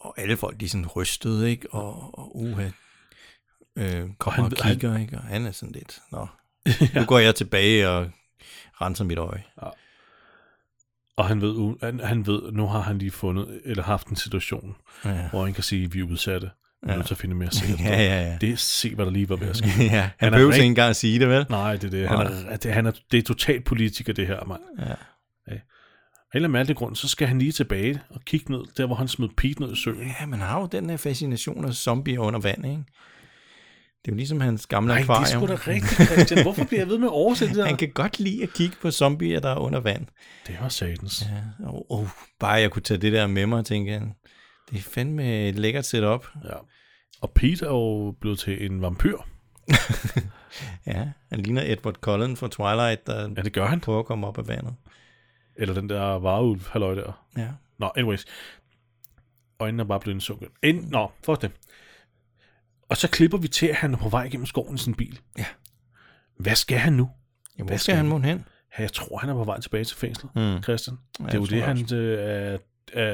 Speaker 4: og alle folk de er sådan rystede, ikke? Og, og uha, øh, kommer og,
Speaker 2: ved-
Speaker 4: og kigger, ikke? Og han er sådan lidt, nå, nu går jeg tilbage og renser mit øje.
Speaker 2: Og han ved, u- han, han ved, nu har han lige fundet, eller haft en situation,
Speaker 4: Ja,
Speaker 2: hvor han kan sige, at vi er udsatte. Vi er nødt til at finde mere sikkert.
Speaker 4: ja, ja. ja.
Speaker 2: Det er se, hvad der lige var ved at ske.
Speaker 4: ja han,
Speaker 2: er
Speaker 4: han behøver
Speaker 2: rigtig-
Speaker 4: ikke engang at sige det, vel?
Speaker 2: Nej, det er det. Han er, det, han er, det er totalt politiker, det her, mand.
Speaker 4: Ja.
Speaker 2: ja. Eller med alt det grund, så skal han lige tilbage og kigge ned, der hvor han smed Pete ned i søen.
Speaker 4: Ja, man har jo den her fascination af zombier under vand, ikke? Det er jo ligesom hans gamle
Speaker 2: Nej, det er sgu
Speaker 4: akvarium.
Speaker 2: da rigtigt, Christian. Hvorfor bliver jeg ved med at oversætte det der?
Speaker 4: Han kan godt lide at kigge på zombier, der er under vand.
Speaker 2: Det var satans.
Speaker 4: Ja, og, og bare jeg kunne tage det der med mig, tænker jeg. Det er fandme et lækkert setup.
Speaker 2: Ja. Og Pete er jo blevet til en vampyr.
Speaker 4: Ja, han ligner Edward Cullen fra Twilight, der
Speaker 2: Ja, det gør han.
Speaker 4: prøver at komme op af vandet.
Speaker 2: Eller den der vareulv, halløj der.
Speaker 4: Ja.
Speaker 2: Nå, anyways. Øjnene er bare blevet sunket. Ind, nå, fuck det. Og så klipper vi til, at han er på vej igennem skoven i sin bil.
Speaker 4: Ja.
Speaker 2: Hvad skal han nu?
Speaker 4: Ja, hvor
Speaker 2: Hvad
Speaker 4: skal
Speaker 2: skal
Speaker 4: han mon hen?
Speaker 2: Jeg tror, han er på vej tilbage til fængslet,
Speaker 4: Mm.
Speaker 2: Christian. Ja, det
Speaker 4: jeg
Speaker 2: er jo
Speaker 4: tror
Speaker 2: det,
Speaker 4: det
Speaker 2: han øh, er,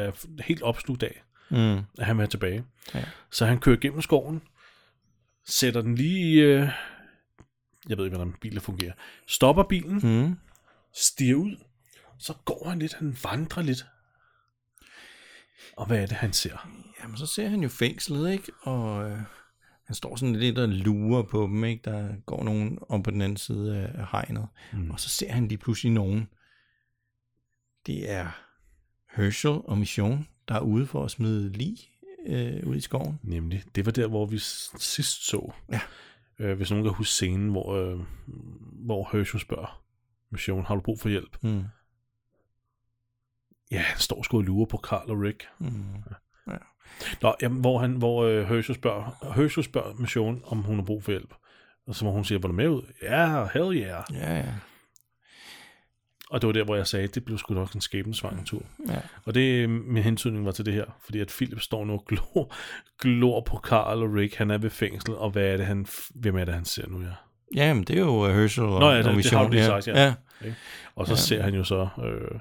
Speaker 2: er helt opslugt af,
Speaker 4: Mm.
Speaker 2: at han vil have tilbage.
Speaker 4: Ja.
Speaker 2: Så han kører gennem skoven, sætter den lige... Øh, jeg ved ikke, hvordan biler fungerer. Stopper bilen,
Speaker 4: Mm.
Speaker 2: stiger ud, så går han lidt, han vandrer lidt. Og hvad er det, han ser?
Speaker 4: Jamen, så ser han jo fængslet, ikke? Og øh, han står sådan lidt og lurer på dem, ikke? Der går nogen om på den anden side af- af hegnet. Mm. Og så ser han lige pludselig nogen. Det er Herschel og Mission, der er ude for at smide lige øh, ud i skoven.
Speaker 2: Nemlig, det var der, hvor vi s- sidst så.
Speaker 4: Ja.
Speaker 2: Øh, hvis nogen kan huske scenen, hvor, øh, hvor Herschel spørger Mission, har du brug for hjælp?
Speaker 4: Mm.
Speaker 2: Ja, han står sgu og lurer på Carl og Rick.
Speaker 4: Mm.
Speaker 2: Nå, jamen, hvor, han, hvor øh, Herschel, spørger, Herschel spørger Mission, om hun har brug for hjælp. Og så må hun sige, var du med ud? Ja, yeah, hell yeah.
Speaker 4: Ja, ja.
Speaker 2: Og det var der, hvor jeg sagde, det blev sgu nok en skæbensvang tur.
Speaker 4: Ja.
Speaker 2: Og det, øh, min hentydning var til det her, fordi at Philip står nu og glor, glor på Carl og Rick, han er ved fængsel, og hvad er det, han, hvem er det, han ser nu, ja?
Speaker 4: Jamen, det er jo øh, Herschel og,
Speaker 2: Nå ja, det-
Speaker 4: og
Speaker 2: det
Speaker 4: Mission.
Speaker 2: har du lige sagt, ja.
Speaker 4: ja.
Speaker 2: Og så ja. ser han jo så øh,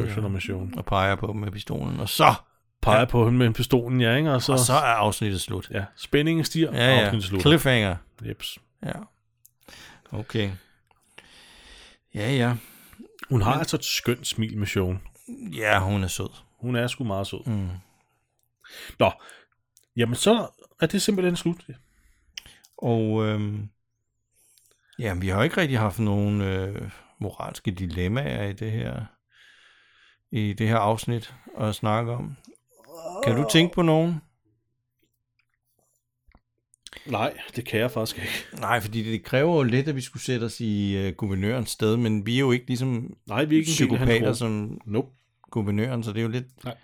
Speaker 2: Herschel og Mission.
Speaker 4: Og peger på dem med pistolen. Og så,
Speaker 2: Peger ja. på ham med pistolen, ja, ikke? Og så,
Speaker 4: og så er afsnittet slut.
Speaker 2: ja, spændingen stiger,
Speaker 4: Ja, ja.
Speaker 2: afsnittet slutter.
Speaker 4: Cliffhanger.
Speaker 2: Jeps.
Speaker 4: Ja. Okay. Ja, ja.
Speaker 2: Hun har altså et skønt smil, Mission.
Speaker 4: Ja, hun er sød.
Speaker 2: Hun er sgu meget sød.
Speaker 4: Mm.
Speaker 2: Nå, jamen så er det simpelthen slut.
Speaker 4: Og øhm, ja, vi har jo ikke rigtig haft nogen øh, moralske dilemmaer i det her i det her afsnit at snakke om. Kan du tænke på nogen?
Speaker 2: Nej, det kan jeg faktisk ikke.
Speaker 4: Nej, fordi det kræver jo lidt, at vi skulle sætte os i øh, guvernørens sted, men vi er jo ikke ligesom
Speaker 2: Nej, vi er ikke en del af hans
Speaker 4: psykopater
Speaker 2: gruppe.
Speaker 4: som
Speaker 2: Nope.
Speaker 4: guvernøren, så det er jo lidt
Speaker 2: Nej.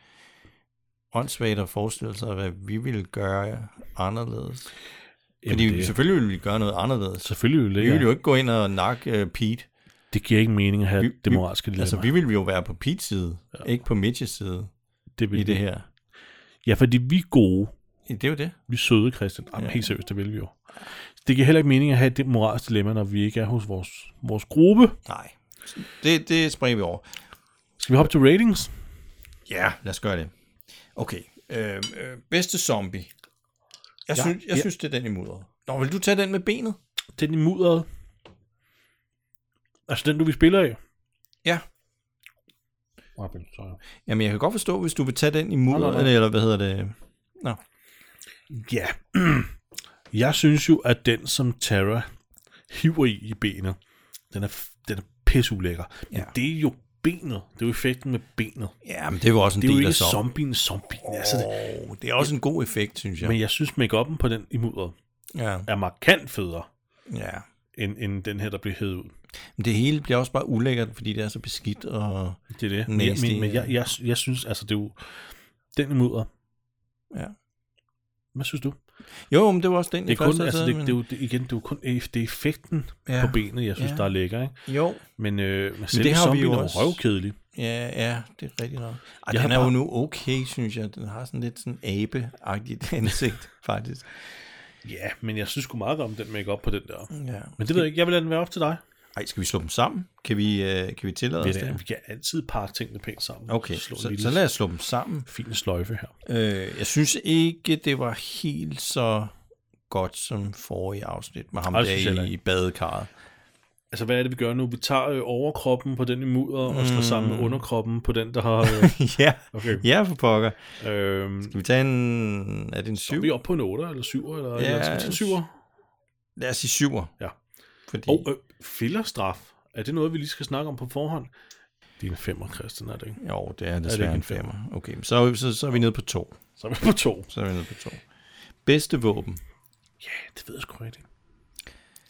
Speaker 4: åndssvagt at forestille sig, hvad vi ville gøre anderledes.
Speaker 2: Jamen,
Speaker 4: Fordi
Speaker 2: det-
Speaker 4: selvfølgelig ville vi gøre noget anderledes.
Speaker 2: Selvfølgelig vil det
Speaker 4: Vi ville
Speaker 2: ikke.
Speaker 4: jo ikke gå ind og nakke uh, Pete.
Speaker 2: Det giver ikke mening at have
Speaker 4: Vi-
Speaker 2: det
Speaker 4: vi-
Speaker 2: moralske dilemma.
Speaker 4: Altså, vi ville jo være på Pete's side, ja. ikke på Mitches side
Speaker 2: det vil
Speaker 4: i det
Speaker 2: vi.
Speaker 4: her.
Speaker 2: Ja, fordi vi er gode.
Speaker 4: Det er jo det.
Speaker 2: Vi er søde, Christian. Jamen, ja. helt seriøst, det vil vi jo. Det giver heller ikke mening at have det moralske dilemma, når vi ikke er hos vores, vores gruppe.
Speaker 4: Nej. Det, det springer vi over.
Speaker 2: Skal vi hoppe til ratings?
Speaker 4: Ja, lad os gøre det. Okay. Øh, øh, bedste zombie. Jeg, ja, synes, jeg ja. synes, det er den i mudderet. Nå, vil du tage den med benet?
Speaker 2: Den i mudderet. Altså den, du vi spiller af.
Speaker 4: Ja.
Speaker 2: Okay, så-
Speaker 4: Jamen, jeg kan godt forstå, hvis du vil tage den i mudderet,
Speaker 2: nej.
Speaker 4: eller hvad hedder det? Nå.
Speaker 2: Ja. Jeg synes jo, at den, som Tara hiver i i benet, den er, f- den er pisseulækker. Men
Speaker 4: Ja.
Speaker 2: det er jo benet. Det er jo effekten med benet.
Speaker 4: Ja, men det er jo også en
Speaker 2: Det er jo
Speaker 4: del
Speaker 2: ikke
Speaker 4: af zombie.
Speaker 2: zombien, zombien. Oh. Altså, det,
Speaker 4: Altså, det, det er også en god effekt, synes jeg.
Speaker 2: men jeg synes, make på den i mudderet
Speaker 4: Ja,
Speaker 2: er markant federe,
Speaker 4: ja.
Speaker 2: end, end den her, der bliver hævet ud.
Speaker 4: Men det hele bliver også bare ulækkert, fordi det er så beskidt. Og...
Speaker 2: Det er det. Men,
Speaker 4: Nasty,
Speaker 2: men, men
Speaker 4: ja.
Speaker 2: jeg, jeg, jeg synes, altså det er jo... Den i mudder.
Speaker 4: Ja.
Speaker 2: Hvad synes du?
Speaker 4: Jo, men det var også den,
Speaker 2: Det er,
Speaker 4: jeg
Speaker 2: kun,
Speaker 4: først
Speaker 2: altså,
Speaker 4: havde
Speaker 2: det,
Speaker 4: taget,
Speaker 2: det, er jo, det, igen, det er jo kun det er effekten
Speaker 4: Ja.
Speaker 2: ja. på benet, jeg synes,
Speaker 4: Ja.
Speaker 2: ja. der er lækker. Ikke?
Speaker 4: men- Jo,
Speaker 2: Men, øh, men selve
Speaker 4: det har vi jo
Speaker 2: zombien er
Speaker 4: også.
Speaker 2: jo røvkedelig.
Speaker 4: Ja, ja, det er rigtigt nok. Ej,
Speaker 2: Jeg
Speaker 4: den
Speaker 2: har
Speaker 4: er jo
Speaker 2: bare-
Speaker 4: nu okay, synes jeg. Den har sådan lidt sådan abe-agtigt ansigt, faktisk.
Speaker 2: Ja, men jeg synes sgu meget om den make på den der.
Speaker 4: Ja.
Speaker 2: Men det ved jeg ikke, jeg vil lade den være op til dig.
Speaker 4: Ej, skal vi slå dem sammen? Kan vi, øh, kan vi tillade
Speaker 2: Det
Speaker 4: os
Speaker 2: er, det.
Speaker 4: det?
Speaker 2: vi kan altid parre tingene pænt sammen.
Speaker 4: Okay,
Speaker 2: Slå en
Speaker 4: så,
Speaker 2: lille
Speaker 4: så lad os slå dem sammen.
Speaker 2: fin sløjfe her.
Speaker 4: Øh, jeg synes ikke, det var helt så godt som forrige afsnit med ham
Speaker 2: Ej, det synes jeg
Speaker 4: der
Speaker 2: heller
Speaker 4: i, i badekarret.
Speaker 2: Altså, hvad er det, vi gør nu? Vi tager øh, overkroppen på den i mudder, og slår sammen med underkroppen på den, der har... Øh,
Speaker 4: ja,
Speaker 2: okay.
Speaker 4: Mm. ja for pokker.
Speaker 2: øhm,
Speaker 4: Skal vi tage en... Er det en
Speaker 2: er
Speaker 4: syv?
Speaker 2: vi oppe på en 8 eller 7 eller, ja, eller skal vi tage en 7?
Speaker 4: Lad os sige syver.
Speaker 2: Ja.
Speaker 4: Fordi...
Speaker 2: Og øh, fillerstraf, er det noget, vi lige skal snakke om på forhånd? Det er en femmer, Christian, er det ikke?
Speaker 4: Jo, det er
Speaker 2: ikke
Speaker 4: desværre en
Speaker 2: en femmer?
Speaker 4: femmer. Okay, men så, så, så er vi nede på to.
Speaker 2: Så er vi på to.
Speaker 4: Så er vi nede på to. Bedste våben.
Speaker 2: Ja, det ved jeg sgu rigtigt.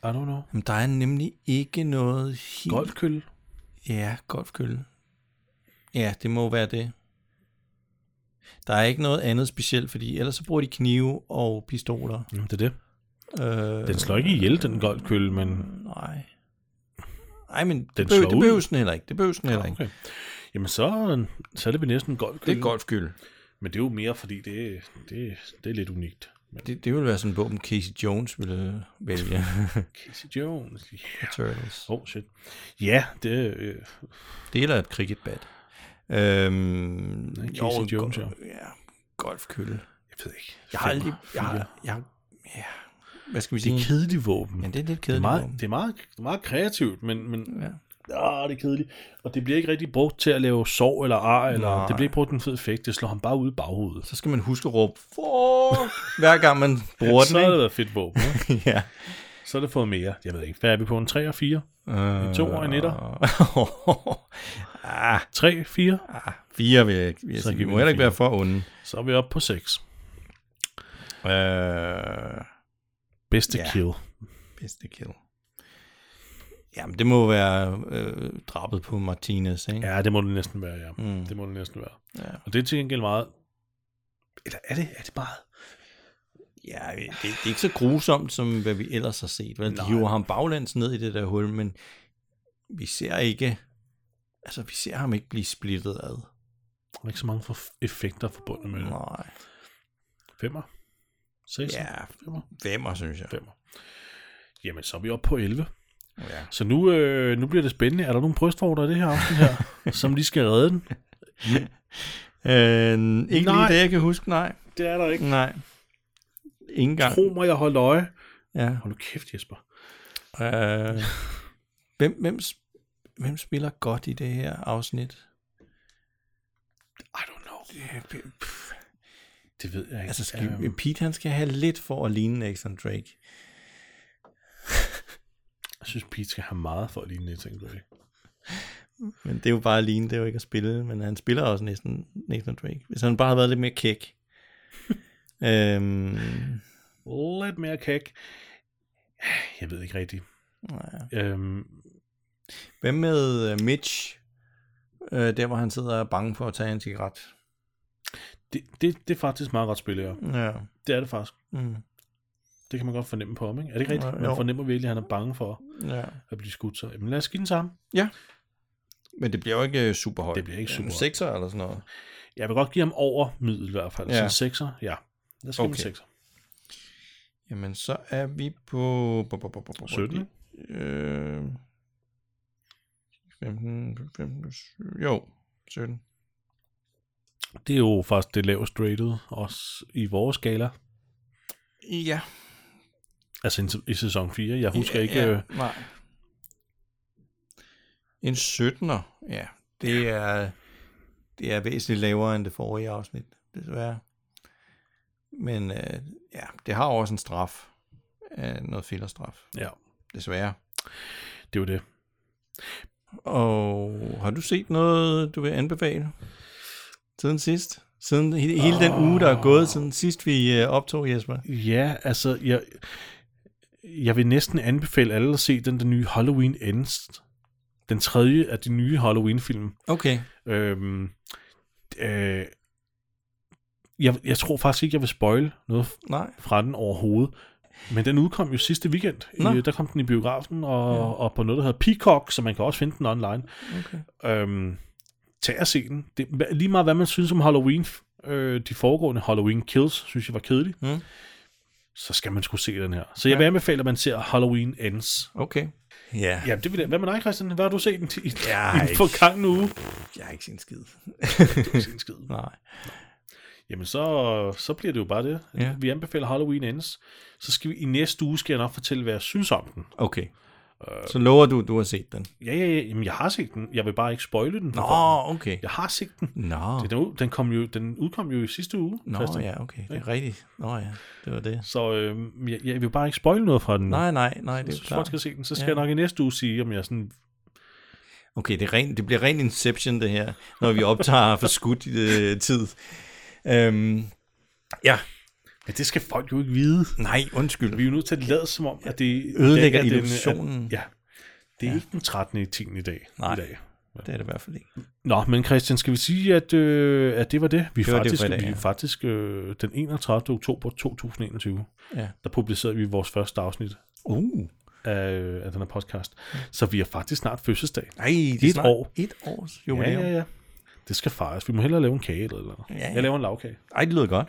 Speaker 2: I don't know.
Speaker 4: Jamen, der er nemlig ikke noget helt...
Speaker 2: Golfkølle.
Speaker 4: Ja, golfkølle. Ja, det må være det. Der er ikke noget andet specielt, fordi ellers så bruger de knive og pistoler.
Speaker 2: Jamen, det er det.
Speaker 4: Øh,
Speaker 2: Den slår ikke ihjel, den golfkølle, men...
Speaker 4: Nej. Nej, men det,
Speaker 2: Den
Speaker 4: behøver,
Speaker 2: slår
Speaker 4: det
Speaker 2: ud.
Speaker 4: behøver den heller ikke. Det behøver den heller ikke.
Speaker 2: Okay. Jamen, så, så er det vel næsten golfkølle.
Speaker 4: golfkølle.
Speaker 2: Men det er jo mere, fordi det, det, det er lidt unikt. Men
Speaker 4: Det, det ville være sådan en våben, Casey Jones ville vælge.
Speaker 2: Casey Jones, yeah.
Speaker 4: Turtles.
Speaker 2: Oh shit. Ja, det øh,
Speaker 4: Det eller et cricketbat. Øhm,
Speaker 2: Casey
Speaker 4: jo, en
Speaker 2: Jones,
Speaker 4: gol- ja. Golfkølle.
Speaker 2: jeg ved ikke.
Speaker 4: Jeg har aldrig... Jeg,
Speaker 2: fire.
Speaker 4: har, jeg, ja. Hvad skal vi
Speaker 2: Det
Speaker 4: sige?
Speaker 2: er kedeligt våben.
Speaker 4: Men det er lidt
Speaker 2: Det er,
Speaker 4: kedeligt.
Speaker 2: meget,
Speaker 4: våben.
Speaker 2: det, er meget, det er meget kreativt, men, men
Speaker 4: Ja.
Speaker 2: ah, det er kedeligt. Og det bliver ikke rigtig brugt til at lave sorg eller ar, eller
Speaker 4: Nej.
Speaker 2: det bliver ikke brugt til en fed effekt. Det slår ham bare ud i baghovedet.
Speaker 4: Så skal man huske at råbe, for, hver gang man bruger den,
Speaker 2: så har det
Speaker 4: ikke?
Speaker 2: været fedt våben. ikke?
Speaker 4: ja.
Speaker 2: så er det fået mere. Jeg ved ikke, hvad er vi på? En 3 og 4?
Speaker 4: Øh,
Speaker 2: En 2 og en 1?
Speaker 4: ah,
Speaker 2: 3, 4?
Speaker 4: ah, fire vil jeg ikke. vil jeg
Speaker 2: Så
Speaker 4: sige. Vi
Speaker 2: giver vi den
Speaker 4: må heller ikke
Speaker 2: fire.
Speaker 4: være for onde.
Speaker 2: Så er vi oppe på 6.
Speaker 4: Øh,
Speaker 2: Bedste
Speaker 4: Ja.
Speaker 2: kill.
Speaker 4: bedste kill. Jamen, det må være øh, drabet på Martinez, ikke?
Speaker 2: Ja, det må det næsten være, ja.
Speaker 4: Mm.
Speaker 2: Det må det næsten være.
Speaker 4: Ja.
Speaker 2: Og det er til gengæld meget... Eller er det, er det meget?
Speaker 4: Ja, det, det er ikke så grusomt, som hvad vi ellers har set. Vel? De
Speaker 2: Nej.
Speaker 4: hiver ham baglæns ned i det der hul, men vi ser ikke... Altså, vi ser ham ikke blive splittet ad.
Speaker 2: Der er ikke så mange for effekter forbundet med det.
Speaker 4: Nej.
Speaker 2: Femmer? Seks?
Speaker 4: Ja,
Speaker 2: Femmer?
Speaker 4: femmer, synes jeg.
Speaker 2: Femmer. Jamen, så er vi oppe på 11.
Speaker 4: Ja.
Speaker 2: Så nu, øh, nu bliver det spændende. Er der nogle brystvorter i det her aften her, som lige skal redde den?
Speaker 4: Øh, ikke nej. lige
Speaker 2: Nej.
Speaker 4: det, jeg kan huske, nej.
Speaker 2: Det er der ikke.
Speaker 4: Nej. Ingen gang.
Speaker 2: Tro mig, jeg holdt øje.
Speaker 4: Ja.
Speaker 2: Hold nu kæft, Jesper.
Speaker 4: Øh, hvem, hvem, s- hvem spiller godt i det her afsnit?
Speaker 2: I don't know. Det ved jeg ikke. Øhm,
Speaker 4: Altså, skal, um, Pete han skal have lidt for at ligne Nathan Drake.
Speaker 2: jeg synes, Pete skal have meget for at ligne Nathan Drake.
Speaker 4: Men det er jo bare at ligne, det er jo ikke at spille, men han spiller også næsten Nathan Drake. Hvis han bare havde været lidt mere kæk. øhm,
Speaker 2: Lidt mere kæk. Jeg ved ikke rigtigt.
Speaker 4: nej.
Speaker 2: Øhm,
Speaker 4: Hvem med øh, Mitch? Øh, der, hvor han sidder og er bange for at tage en cigaret.
Speaker 2: det, det, det er faktisk meget godt spillet, ja.
Speaker 4: Ja.
Speaker 2: Det er det faktisk.
Speaker 4: Mm.
Speaker 2: Det kan man godt fornemme på ham, ikke? Er det ikke rigtigt?
Speaker 4: Jo.
Speaker 2: Man fornemmer virkelig, at han er bange for
Speaker 4: ja.
Speaker 2: at blive skudt. Så jamen, lad os give den sammen.
Speaker 4: Men det bliver jo ikke øh, super højt.
Speaker 2: Det bliver ikke super højt.
Speaker 4: sekser eller sådan noget.
Speaker 2: Jeg vil godt give ham over middel i hvert fald.
Speaker 4: Ja.
Speaker 2: Ja. Så en sekser, ja. Lad os give okay. en
Speaker 4: Okay.
Speaker 2: sekser.
Speaker 4: Jamen, så er vi på... på, på, på, på, på
Speaker 2: 17.
Speaker 4: Øh, 15, 15, jo, 17.
Speaker 2: Det er jo faktisk det lavest rated, også i vores skala.
Speaker 4: Ja.
Speaker 2: Altså i, i sæson 4. Jeg husker
Speaker 4: ja,
Speaker 2: ja, ikke... øh, Ja.
Speaker 4: nej. En 17'er, ja. Det er, det er væsentligt lavere end det forrige afsnit, desværre. Men øh, ja, det har også en straf. Øh, noget fillerstraf,
Speaker 2: ja,
Speaker 4: desværre.
Speaker 2: det er jo det.
Speaker 4: Og har du set noget, du vil anbefale siden sidst? Siden he- hele den uge, der er gået, siden sidst vi øh, optog, Jesper?
Speaker 2: Ja, altså... Jeg, jeg vil næsten anbefale alle at se den der nye Halloween Ends. Den tredje af de Øhm, nye Halloween-film.
Speaker 4: Okay.
Speaker 2: Øhm, øh, jeg, jeg tror faktisk ikke, jeg vil spoil noget
Speaker 4: Nej.
Speaker 2: fra den overhovedet. Men den udkom jo sidste weekend.
Speaker 4: Nå.
Speaker 2: I, øh, der kom den i biografen og, ja. og på noget, der hedder Peacock, så man kan også finde den online. Okay. Øhm, tag og se den. Det, hva- lige meget hvad man synes om Halloween, øh, de foregående Halloween Kills, synes jeg var kedelige,
Speaker 4: Mm.
Speaker 2: så skal man skulle se den her. Så jeg vil anbefale, at man ser Halloween Ends.
Speaker 4: Okay. Ja.
Speaker 2: Ja, det vil jeg. Hvad med dig, Christian? Hvad har du set den i, i
Speaker 4: Jeg har
Speaker 2: den
Speaker 4: ikke-
Speaker 2: forgangne uge?
Speaker 4: Jeg har ikke set en skid. Nej.
Speaker 2: Jamen, så, så bliver det jo bare det.
Speaker 4: Ja.
Speaker 2: Vi anbefaler Halloween Ends. Så skal vi i næste uge, skal jeg nok fortælle, hvad jeg synes om den.
Speaker 4: Okay.
Speaker 2: Øh,
Speaker 4: Så lover du, du har set den?
Speaker 2: Ja, ja, ja. Jamen, jeg har set den. Jeg vil bare ikke spoile den. for
Speaker 4: Nå,
Speaker 2: folk.
Speaker 4: okay.
Speaker 2: Jeg har set den.
Speaker 4: Nå,
Speaker 2: Den, ud, den, kom jo, den udkom jo i sidste uge.
Speaker 4: Nå
Speaker 2: Christian.
Speaker 4: ja, okay. Det er rigtigt. Nå ja, det var det.
Speaker 2: Så øh, jeg, jeg, vil bare ikke spoile noget fra den.
Speaker 4: Nej, nej, nej, det er jo
Speaker 2: Hvis folk
Speaker 4: klart.
Speaker 2: skal se den, så skal
Speaker 4: Ja.
Speaker 2: ja. jeg nok i næste uge sige, om jeg sådan...
Speaker 4: Okay, det, er ren, det bliver ren Inception, det her, når vi optager for skudt øh, tid. Øhm, ja,
Speaker 2: Men det skal folk jo ikke vide.
Speaker 4: nej, undskyld.
Speaker 2: Vi er jo nødt til at lade som om, at det...
Speaker 4: Ødelægger
Speaker 2: i dag er den, at-
Speaker 4: illusionen.
Speaker 2: Ja. Det er ja. ikke den 13. i 10. i dag.
Speaker 4: Nej.
Speaker 2: I dag.
Speaker 4: Det er det i hvert fald ikke.
Speaker 2: Nå, men Christian, skal vi sige, at, øh, at det var det? Vi er
Speaker 4: Det var det
Speaker 2: faktisk,
Speaker 4: for i dag,
Speaker 2: vi er
Speaker 4: ja.
Speaker 2: faktisk øh, den 31. oktober 2021,
Speaker 4: Ja.
Speaker 2: der publicerede vi vores første afsnit
Speaker 4: Uh,
Speaker 2: af, øh, af den her podcast.
Speaker 4: Mm.
Speaker 2: Så vi er faktisk snart fødselsdag.
Speaker 4: nej, det
Speaker 2: Et
Speaker 4: er snart
Speaker 2: år.
Speaker 4: et års jubilæum.
Speaker 2: ja. Det skal fejres. Vi må hellere lave en kage eller noget.
Speaker 4: Ja, ja.
Speaker 2: Jeg laver en lavkage.
Speaker 4: Ej, det lyder godt.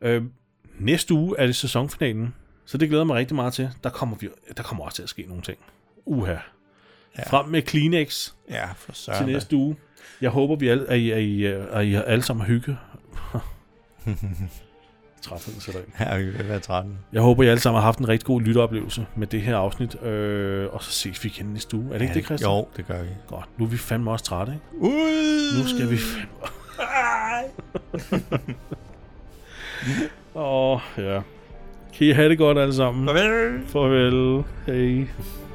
Speaker 2: Øh, næste uge er det sæsonfinalen, så det glæder jeg mig rigtig meget til. Der kommer, vi, der kommer også til at ske nogle ting. Uha. Ja. Frem med Kleenex
Speaker 4: Ja, for
Speaker 2: til
Speaker 4: søren. da.
Speaker 2: næste uge. Jeg håber, vi alle, at, I, at, I, at I har alle sammen hygge. Trætheden sætter ind.
Speaker 4: Ja, vi vil være 13.
Speaker 2: Jeg håber, I alle sammen har haft en rigtig god lytteoplevelse med det her afsnit. Øh, og så ses vi igen næste uge. Er det ikke det, Christian?
Speaker 4: Jo, det gør vi.
Speaker 2: Godt. Nu er vi fandme også trætte, ikke?
Speaker 4: Ud!
Speaker 2: Nu skal vi fandme... Åh, oh, ja. Kan I have det godt alle sammen?
Speaker 4: Farvel!
Speaker 2: Farvel. Hej.